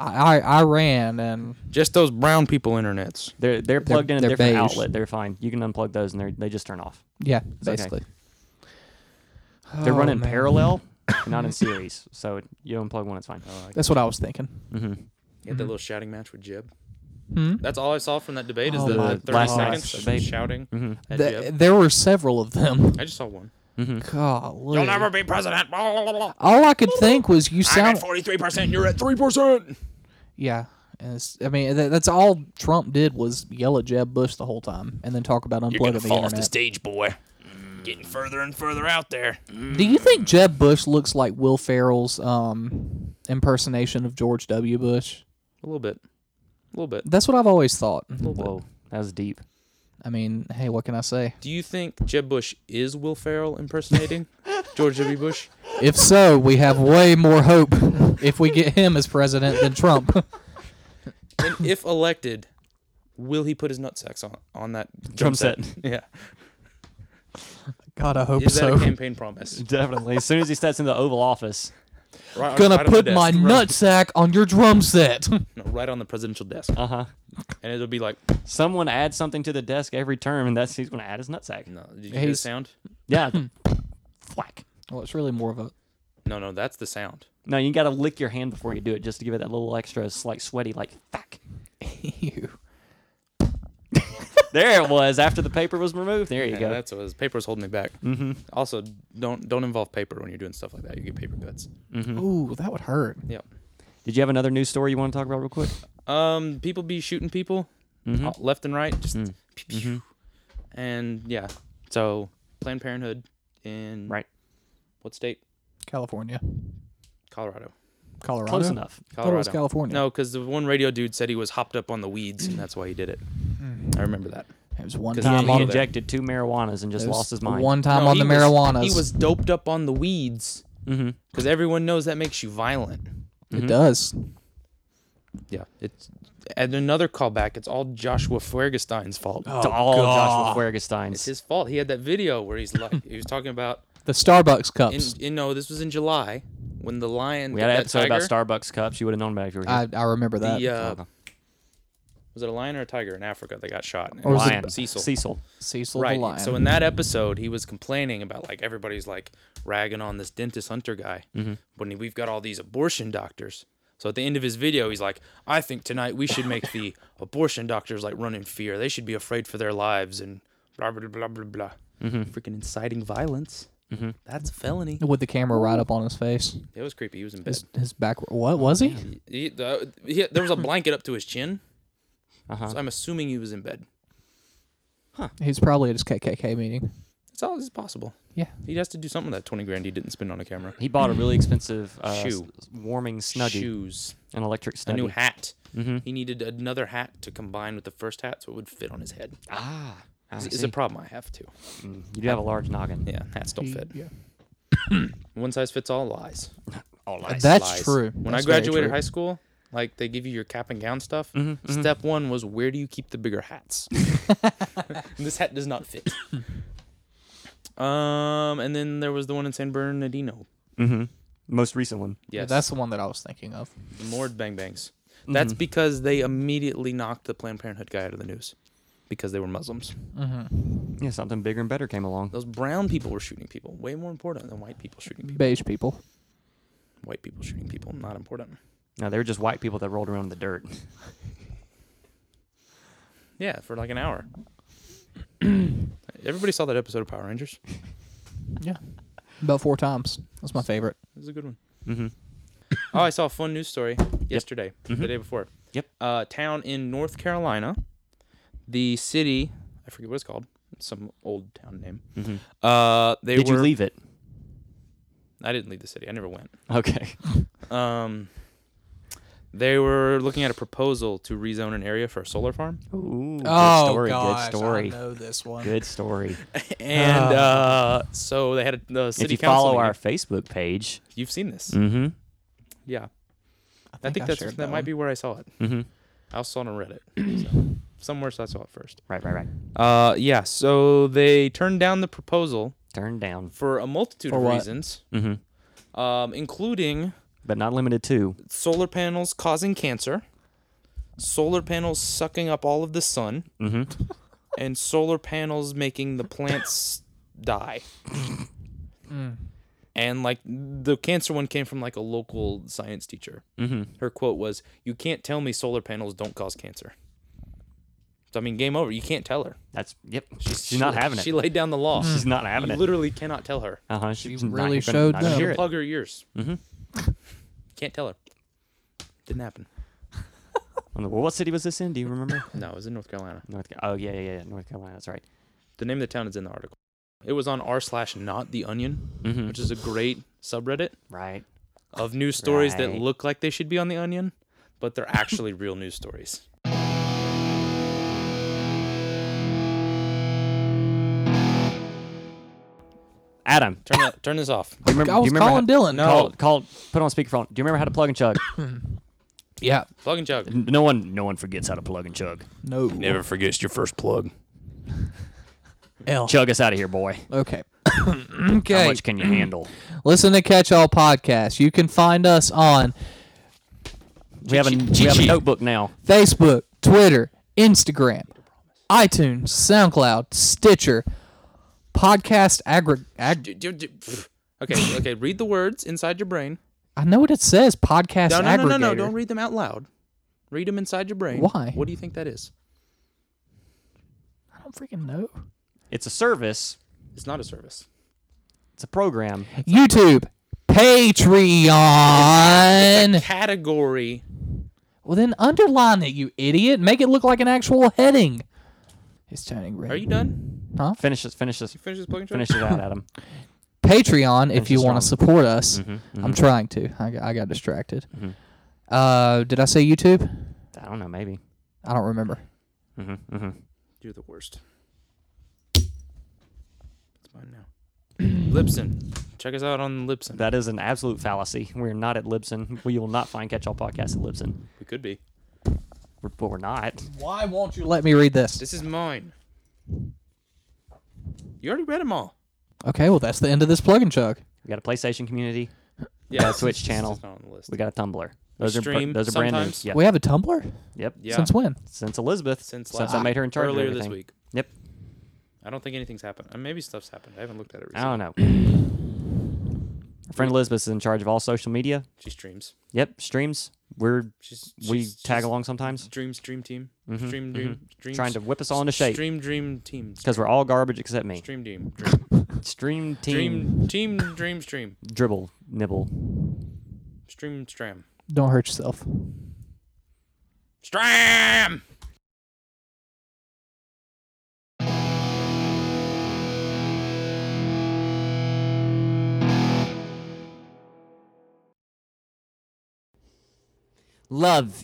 [SPEAKER 5] I, I Iran and
[SPEAKER 2] Just those brown people internets.
[SPEAKER 1] They're they're plugged in a
[SPEAKER 5] they're
[SPEAKER 1] different
[SPEAKER 5] beige.
[SPEAKER 1] outlet. They're fine. You can unplug those and they they just turn off.
[SPEAKER 5] yeah,
[SPEAKER 1] okay.
[SPEAKER 5] basically."
[SPEAKER 1] They're
[SPEAKER 5] Oh,
[SPEAKER 1] running
[SPEAKER 5] man.
[SPEAKER 1] parallel, not in series. So it, you unplug one, it's fine.
[SPEAKER 5] That's what I was thinking.
[SPEAKER 1] Mm-hmm.
[SPEAKER 2] You had that little shouting match with Jib.
[SPEAKER 5] Hmm?
[SPEAKER 2] That's all I saw from that debate
[SPEAKER 5] Oh
[SPEAKER 2] is
[SPEAKER 5] my
[SPEAKER 2] the, the
[SPEAKER 1] God.
[SPEAKER 2] thirty seconds of
[SPEAKER 1] Debate.
[SPEAKER 2] shouting
[SPEAKER 1] Mm-hmm.
[SPEAKER 2] at
[SPEAKER 5] Th-
[SPEAKER 2] Jib.
[SPEAKER 5] there were several of them.
[SPEAKER 2] I just saw one.
[SPEAKER 1] Mm-hmm.
[SPEAKER 5] Golly.
[SPEAKER 2] You'll never be president. Blah, blah, blah, blah.
[SPEAKER 5] All I could think was you
[SPEAKER 2] I'm at
[SPEAKER 5] sound.
[SPEAKER 2] forty three percent. You're at three percent.
[SPEAKER 5] Yeah. And it's- I mean, tha- that's all Trump did was yell at Jeb Bush the whole time and then talk about
[SPEAKER 2] You're gonna
[SPEAKER 5] unplugging the
[SPEAKER 2] fall off the
[SPEAKER 5] internet.
[SPEAKER 2] stage, boy. Getting further and further out there.
[SPEAKER 5] Do you think Jeb Bush looks like Will Ferrell's um, impersonation of George W. Bush?
[SPEAKER 2] A little bit. A little bit.
[SPEAKER 5] That's what I've always thought.
[SPEAKER 1] Whoa, that was deep.
[SPEAKER 5] I mean, hey, what can I say?
[SPEAKER 2] Do you think Jeb Bush is Will Ferrell impersonating George W. Bush?
[SPEAKER 5] If so, we have way more hope if we get him as president than Trump.
[SPEAKER 2] And if elected, will he put his nutsacks on on that
[SPEAKER 1] Drum
[SPEAKER 2] drum
[SPEAKER 1] set.
[SPEAKER 2] Yeah,
[SPEAKER 5] God, I hope
[SPEAKER 2] is that
[SPEAKER 5] so.
[SPEAKER 2] a campaign promise?
[SPEAKER 1] Definitely. as soon as he steps into the Oval Office,
[SPEAKER 2] Right,
[SPEAKER 5] Gonna
[SPEAKER 2] right on the
[SPEAKER 5] put
[SPEAKER 2] desk,
[SPEAKER 5] my
[SPEAKER 2] right-
[SPEAKER 5] nutsack on your drum set.
[SPEAKER 2] no, right on the presidential desk,
[SPEAKER 1] uh huh.
[SPEAKER 2] and it'll be like,
[SPEAKER 1] Someone adds something to the desk every term, and that's he's going to add his nutsack.
[SPEAKER 2] no, did you hear the
[SPEAKER 5] He's-
[SPEAKER 2] sound?
[SPEAKER 1] Yeah. Whack.
[SPEAKER 5] well, it's really more of a
[SPEAKER 2] No, no, that's the sound.
[SPEAKER 1] No, you got to lick your hand before you do it, just to give it that little extra, s- like sweaty, like fuck.
[SPEAKER 5] you.
[SPEAKER 1] There it was. After the paper was removed, there you
[SPEAKER 2] Yeah,
[SPEAKER 1] go.
[SPEAKER 2] that's what his paper's holding me back. Mm-hmm. Also, don't don't involve paper when you're doing stuff like that. You get paper cuts.
[SPEAKER 5] Ooh, that would hurt.
[SPEAKER 2] Yep.
[SPEAKER 1] Mm-hmm. Did you have another news story you want to talk about real quick?
[SPEAKER 2] Um, people be shooting people
[SPEAKER 1] Mm-hmm.
[SPEAKER 2] uh, left and right, just pew, pew. and yeah. So Planned Parenthood in
[SPEAKER 1] Right.
[SPEAKER 2] what state?
[SPEAKER 5] California.
[SPEAKER 2] Colorado.
[SPEAKER 5] Colorado.
[SPEAKER 1] Close enough.
[SPEAKER 5] I thought it was California.
[SPEAKER 2] No, because the one radio dude said he was hopped up on the weeds, and that's why he did it. I remember that.
[SPEAKER 5] It was one
[SPEAKER 2] 'Cause
[SPEAKER 5] time
[SPEAKER 1] He
[SPEAKER 2] Yeah,
[SPEAKER 5] on
[SPEAKER 2] yeah.
[SPEAKER 1] injected two marijuanas and just
[SPEAKER 5] it was
[SPEAKER 1] lost his mind.
[SPEAKER 5] One time
[SPEAKER 2] No,
[SPEAKER 5] on
[SPEAKER 2] he
[SPEAKER 5] the
[SPEAKER 2] was-
[SPEAKER 5] marijuanas.
[SPEAKER 2] He was doped up on the weeds,
[SPEAKER 1] Mhm.
[SPEAKER 2] because everyone knows that makes you violent. Mm-hmm.
[SPEAKER 5] It does.
[SPEAKER 2] Yeah, it's and another callback. It's all Joshua Fergestein's fault.
[SPEAKER 1] It's all Joshua Fergestein's.
[SPEAKER 2] It's his fault. He had that video where he's like, he was talking about.
[SPEAKER 5] The Starbucks
[SPEAKER 2] In,
[SPEAKER 5] cups.
[SPEAKER 2] in no, this was in July when the lion.
[SPEAKER 1] we had an
[SPEAKER 2] that
[SPEAKER 1] episode
[SPEAKER 2] tiger,
[SPEAKER 1] about Starbucks cups. You would have known about it if you were here.
[SPEAKER 5] I, I remember that.
[SPEAKER 2] The, uh,
[SPEAKER 1] Oh, okay.
[SPEAKER 2] was it a lion or a tiger in Africa that got shot?
[SPEAKER 5] Or was it
[SPEAKER 1] Lion.
[SPEAKER 2] Cecil.
[SPEAKER 1] Cecil.
[SPEAKER 5] Cecil
[SPEAKER 2] right.
[SPEAKER 5] the Lion.
[SPEAKER 2] So in that episode, he was complaining about like everybody's like ragging on this dentist hunter guy when we've got all these abortion doctors. So at the end of his video, he's like, "I think tonight we should make the abortion doctors like run in
[SPEAKER 1] Mm-hmm,
[SPEAKER 2] fear. They should be afraid for their lives and blah blah blah blah blah." Freaking inciting violence.
[SPEAKER 1] Mhm.
[SPEAKER 2] That's a felony.
[SPEAKER 5] with the camera right up on his face.
[SPEAKER 2] It was creepy. He was in bed.
[SPEAKER 5] His, his back. What was he?
[SPEAKER 2] He, the, he, there was a blanket up to his chin.
[SPEAKER 1] Uh-huh.
[SPEAKER 2] So I'm assuming he was in bed.
[SPEAKER 5] He's probably at his KKK meeting.
[SPEAKER 2] It's all it's possible.
[SPEAKER 5] Yeah.
[SPEAKER 2] He has to do something with that 20 grand he didn't spend on a camera.
[SPEAKER 1] He bought a really expensive uh,
[SPEAKER 2] Shoe.
[SPEAKER 1] s- warming snuggie,
[SPEAKER 2] Shoes.
[SPEAKER 1] an electric
[SPEAKER 2] A
[SPEAKER 1] snuggie.
[SPEAKER 2] new hat.
[SPEAKER 1] Mm-hmm.
[SPEAKER 2] He needed another hat to combine with the first hat so it would fit on his head.
[SPEAKER 1] Ah, I
[SPEAKER 2] It's, it's
[SPEAKER 1] see.
[SPEAKER 2] a problem I have too.
[SPEAKER 1] Mm, you do have a large noggin.
[SPEAKER 2] Yeah, hats don't
[SPEAKER 5] He-
[SPEAKER 2] fit.
[SPEAKER 5] yeah.
[SPEAKER 2] One size fits all lies.
[SPEAKER 1] All
[SPEAKER 5] lies. That's
[SPEAKER 2] Lies.
[SPEAKER 5] true.
[SPEAKER 2] When I
[SPEAKER 5] That's very
[SPEAKER 2] graduated
[SPEAKER 5] true.
[SPEAKER 2] high school, like they give you your cap and gown stuff.
[SPEAKER 1] Mm-hmm,
[SPEAKER 2] Step one was where do you keep the bigger hats? this hat does not fit. um, and then there was the one in San Bernardino.
[SPEAKER 1] Mm-hmm. Most recent one.
[SPEAKER 5] Yeah,
[SPEAKER 2] Yes,
[SPEAKER 5] That's the one that I was thinking of.
[SPEAKER 2] more bang bangs.
[SPEAKER 1] Mm-hmm.
[SPEAKER 2] That's because they immediately knocked the Planned Parenthood guy out of the news because they were Muslims.
[SPEAKER 5] Mm-hmm.
[SPEAKER 1] Yeah, something bigger and better came along.
[SPEAKER 2] Those brown people were shooting people. Way more important than white people shooting people.
[SPEAKER 5] Beige people.
[SPEAKER 2] White people shooting people, not important.
[SPEAKER 1] No, they were just white people that rolled around in the dirt.
[SPEAKER 2] Yeah, for like an hour. Everybody saw that episode of Power Rangers. It
[SPEAKER 5] Yeah. About four times. That's my favorite.
[SPEAKER 2] was a good one.
[SPEAKER 1] Mm-hmm.
[SPEAKER 2] Oh, I saw a fun news story yesterday, the day before.
[SPEAKER 1] Yep.
[SPEAKER 2] Uh, town in North Carolina, the city, I forget what it's called, some old town name.
[SPEAKER 1] Mhm.
[SPEAKER 2] Uh, they
[SPEAKER 1] Did
[SPEAKER 2] were,
[SPEAKER 1] you leave it?
[SPEAKER 2] I didn't leave the city. I never went.
[SPEAKER 1] Okay.
[SPEAKER 2] Um, they were looking at a proposal to rezone an area for a solar farm,
[SPEAKER 1] Ooh, good story.
[SPEAKER 5] Oh, gosh,
[SPEAKER 1] good story.
[SPEAKER 5] I know this one.
[SPEAKER 1] Good story.
[SPEAKER 2] and uh, so they had a, the city
[SPEAKER 1] if you
[SPEAKER 2] council.
[SPEAKER 1] follow our
[SPEAKER 2] meeting.
[SPEAKER 1] Facebook page,
[SPEAKER 2] you've seen this,
[SPEAKER 1] mm-hmm,
[SPEAKER 2] yeah. I
[SPEAKER 5] think
[SPEAKER 2] Mm. think,
[SPEAKER 5] I
[SPEAKER 2] that's
[SPEAKER 5] shared
[SPEAKER 2] that,
[SPEAKER 5] that
[SPEAKER 2] might
[SPEAKER 5] one.
[SPEAKER 2] be where I saw it.
[SPEAKER 1] mm-hmm,
[SPEAKER 2] I also saw it on Reddit, so. somewhere. So I saw it first.
[SPEAKER 1] right, right, right.
[SPEAKER 2] Uh, yeah. So they turned down the proposal
[SPEAKER 1] Turn down,
[SPEAKER 2] for a multitude
[SPEAKER 5] For
[SPEAKER 2] of
[SPEAKER 5] what?
[SPEAKER 2] reasons,
[SPEAKER 1] mm-hmm,
[SPEAKER 2] um, including
[SPEAKER 1] but not limited to.
[SPEAKER 2] solar panels causing cancer, solar panels sucking up all of the sun,
[SPEAKER 1] Mm-hmm.
[SPEAKER 2] and solar panels making the plants die. Mm. And like the cancer one came from like a local science teacher.
[SPEAKER 1] Mm-hmm.
[SPEAKER 2] Her quote was, "You can't tell me solar panels don't cause cancer." So I mean, game over. You can't tell her.
[SPEAKER 1] That's yep. She's, not having it.
[SPEAKER 2] She laid down the law.
[SPEAKER 1] she's not having
[SPEAKER 2] you
[SPEAKER 1] it.
[SPEAKER 2] literally cannot tell her.
[SPEAKER 1] Uh huh. She
[SPEAKER 5] really showed
[SPEAKER 1] not
[SPEAKER 5] them.
[SPEAKER 1] gonna
[SPEAKER 5] She
[SPEAKER 1] hear it.
[SPEAKER 2] Plug her ears. Mm-hmm. Can't tell her. Didn't happen.
[SPEAKER 1] I'm like, Well, what city was this in? Do you remember?
[SPEAKER 2] No, it was in North Carolina.
[SPEAKER 1] North. Ca- Oh yeah, yeah, yeah. North Carolina. That's right.
[SPEAKER 2] The name of the town is in the article. It was on r slash not the onion,
[SPEAKER 1] Mm-hmm.
[SPEAKER 2] which is a great subreddit
[SPEAKER 1] Right.
[SPEAKER 2] of news stories that
[SPEAKER 1] Right.
[SPEAKER 2] look like they should be on the onion, but they're actually real news stories.
[SPEAKER 1] Adam, do
[SPEAKER 2] Turn that, turn this off.
[SPEAKER 1] you remember?
[SPEAKER 5] I
[SPEAKER 1] do
[SPEAKER 5] was
[SPEAKER 1] you remember
[SPEAKER 5] calling
[SPEAKER 1] how,
[SPEAKER 5] Dylan.
[SPEAKER 2] No.
[SPEAKER 1] Call, call. Put on speakerphone. Do you remember how to plug and chug?
[SPEAKER 5] Yeah.
[SPEAKER 2] Plug and chug.
[SPEAKER 1] N- no one, no one forgets how to plug and chug.
[SPEAKER 5] No.
[SPEAKER 2] forgets your first plug.
[SPEAKER 5] L.
[SPEAKER 1] Chug us out of here, boy.
[SPEAKER 5] Okay.
[SPEAKER 1] How
[SPEAKER 5] okay.
[SPEAKER 1] much can you handle?
[SPEAKER 5] Listen to Catch All Podcast. You can find us on
[SPEAKER 1] We have a we have a notebook now.
[SPEAKER 5] Facebook, Twitter, Instagram, iTunes, SoundCloud, Stitcher, Podcast Aggregate. Ag-
[SPEAKER 2] Okay, okay. Read the words inside your brain.
[SPEAKER 5] I know what it says. Podcast
[SPEAKER 2] No, no, no,
[SPEAKER 5] aggregator.
[SPEAKER 2] no, no. Don't read them out loud. Read them inside your brain.
[SPEAKER 5] Why?
[SPEAKER 2] What do you think that is?
[SPEAKER 5] I don't freaking know.
[SPEAKER 1] It's a service.
[SPEAKER 2] It's not a service.
[SPEAKER 1] It's a program.
[SPEAKER 5] YouTube, Patreon.
[SPEAKER 2] Category.
[SPEAKER 5] well, then underline it, you idiot. Make it look like an actual heading. It's turning red.
[SPEAKER 2] Are you done?
[SPEAKER 1] Finish this. Finish this.
[SPEAKER 2] You finish this plug and chug?
[SPEAKER 1] Finish it out, Adam.
[SPEAKER 5] Patreon if you
[SPEAKER 1] Just
[SPEAKER 5] want
[SPEAKER 1] wrong.
[SPEAKER 5] to support us. I'm trying to. I got, I got distracted. Uh, did I say YouTube?
[SPEAKER 1] I don't know. Maybe.
[SPEAKER 5] I don't remember.
[SPEAKER 1] Mm-hmm, mm-hmm.
[SPEAKER 2] You're the worst. It's mine now. Libsyn. Check us out on Libsyn.
[SPEAKER 1] That is an absolute fallacy. We're not at Libsyn. We will not find Catch All Podcast at Libsyn.
[SPEAKER 2] We could be.
[SPEAKER 1] We're, but we're not.
[SPEAKER 5] Why won't you let me read this?
[SPEAKER 2] This is mine. You already read them all.
[SPEAKER 5] Okay, well that's the end of this plug and chug.
[SPEAKER 1] We got a PlayStation community.
[SPEAKER 2] Yeah,
[SPEAKER 1] a Twitch
[SPEAKER 2] it's
[SPEAKER 1] channel.
[SPEAKER 2] just not on the list.
[SPEAKER 1] We got a Tumblr. Those are
[SPEAKER 2] stream
[SPEAKER 1] br- those are brand new.
[SPEAKER 2] sometimes.
[SPEAKER 1] Yeah.
[SPEAKER 5] We have a Tumblr
[SPEAKER 1] Yep.
[SPEAKER 2] Yeah.
[SPEAKER 5] since when?
[SPEAKER 1] Since Elizabeth.
[SPEAKER 2] Since
[SPEAKER 1] Since,
[SPEAKER 2] last
[SPEAKER 1] I made her in charge of
[SPEAKER 2] earlier this
[SPEAKER 1] everything.
[SPEAKER 2] week.
[SPEAKER 1] Yep.
[SPEAKER 2] I don't think anything's happened. Uh, Maybe stuff's happened. I haven't looked at it
[SPEAKER 1] I
[SPEAKER 2] recently.
[SPEAKER 1] don't know. Our friend Elizabeth is in charge of all social media.
[SPEAKER 2] She streams.
[SPEAKER 1] Yep. Streams. We're
[SPEAKER 2] She's,
[SPEAKER 1] we
[SPEAKER 2] she's-
[SPEAKER 1] tag
[SPEAKER 2] she's
[SPEAKER 1] along sometimes,
[SPEAKER 2] Dream stream team.
[SPEAKER 1] Mhm,
[SPEAKER 2] Stream dream dream
[SPEAKER 1] trying to whip us all into shape
[SPEAKER 2] Stream dream team.
[SPEAKER 1] because we're all garbage except me.
[SPEAKER 2] Stream dream. dream.
[SPEAKER 1] Stream team
[SPEAKER 2] Dream, team, dream, stream,
[SPEAKER 1] dribble nibble.
[SPEAKER 2] stream, stram,
[SPEAKER 5] Don't hurt yourself.
[SPEAKER 2] stram.
[SPEAKER 1] Love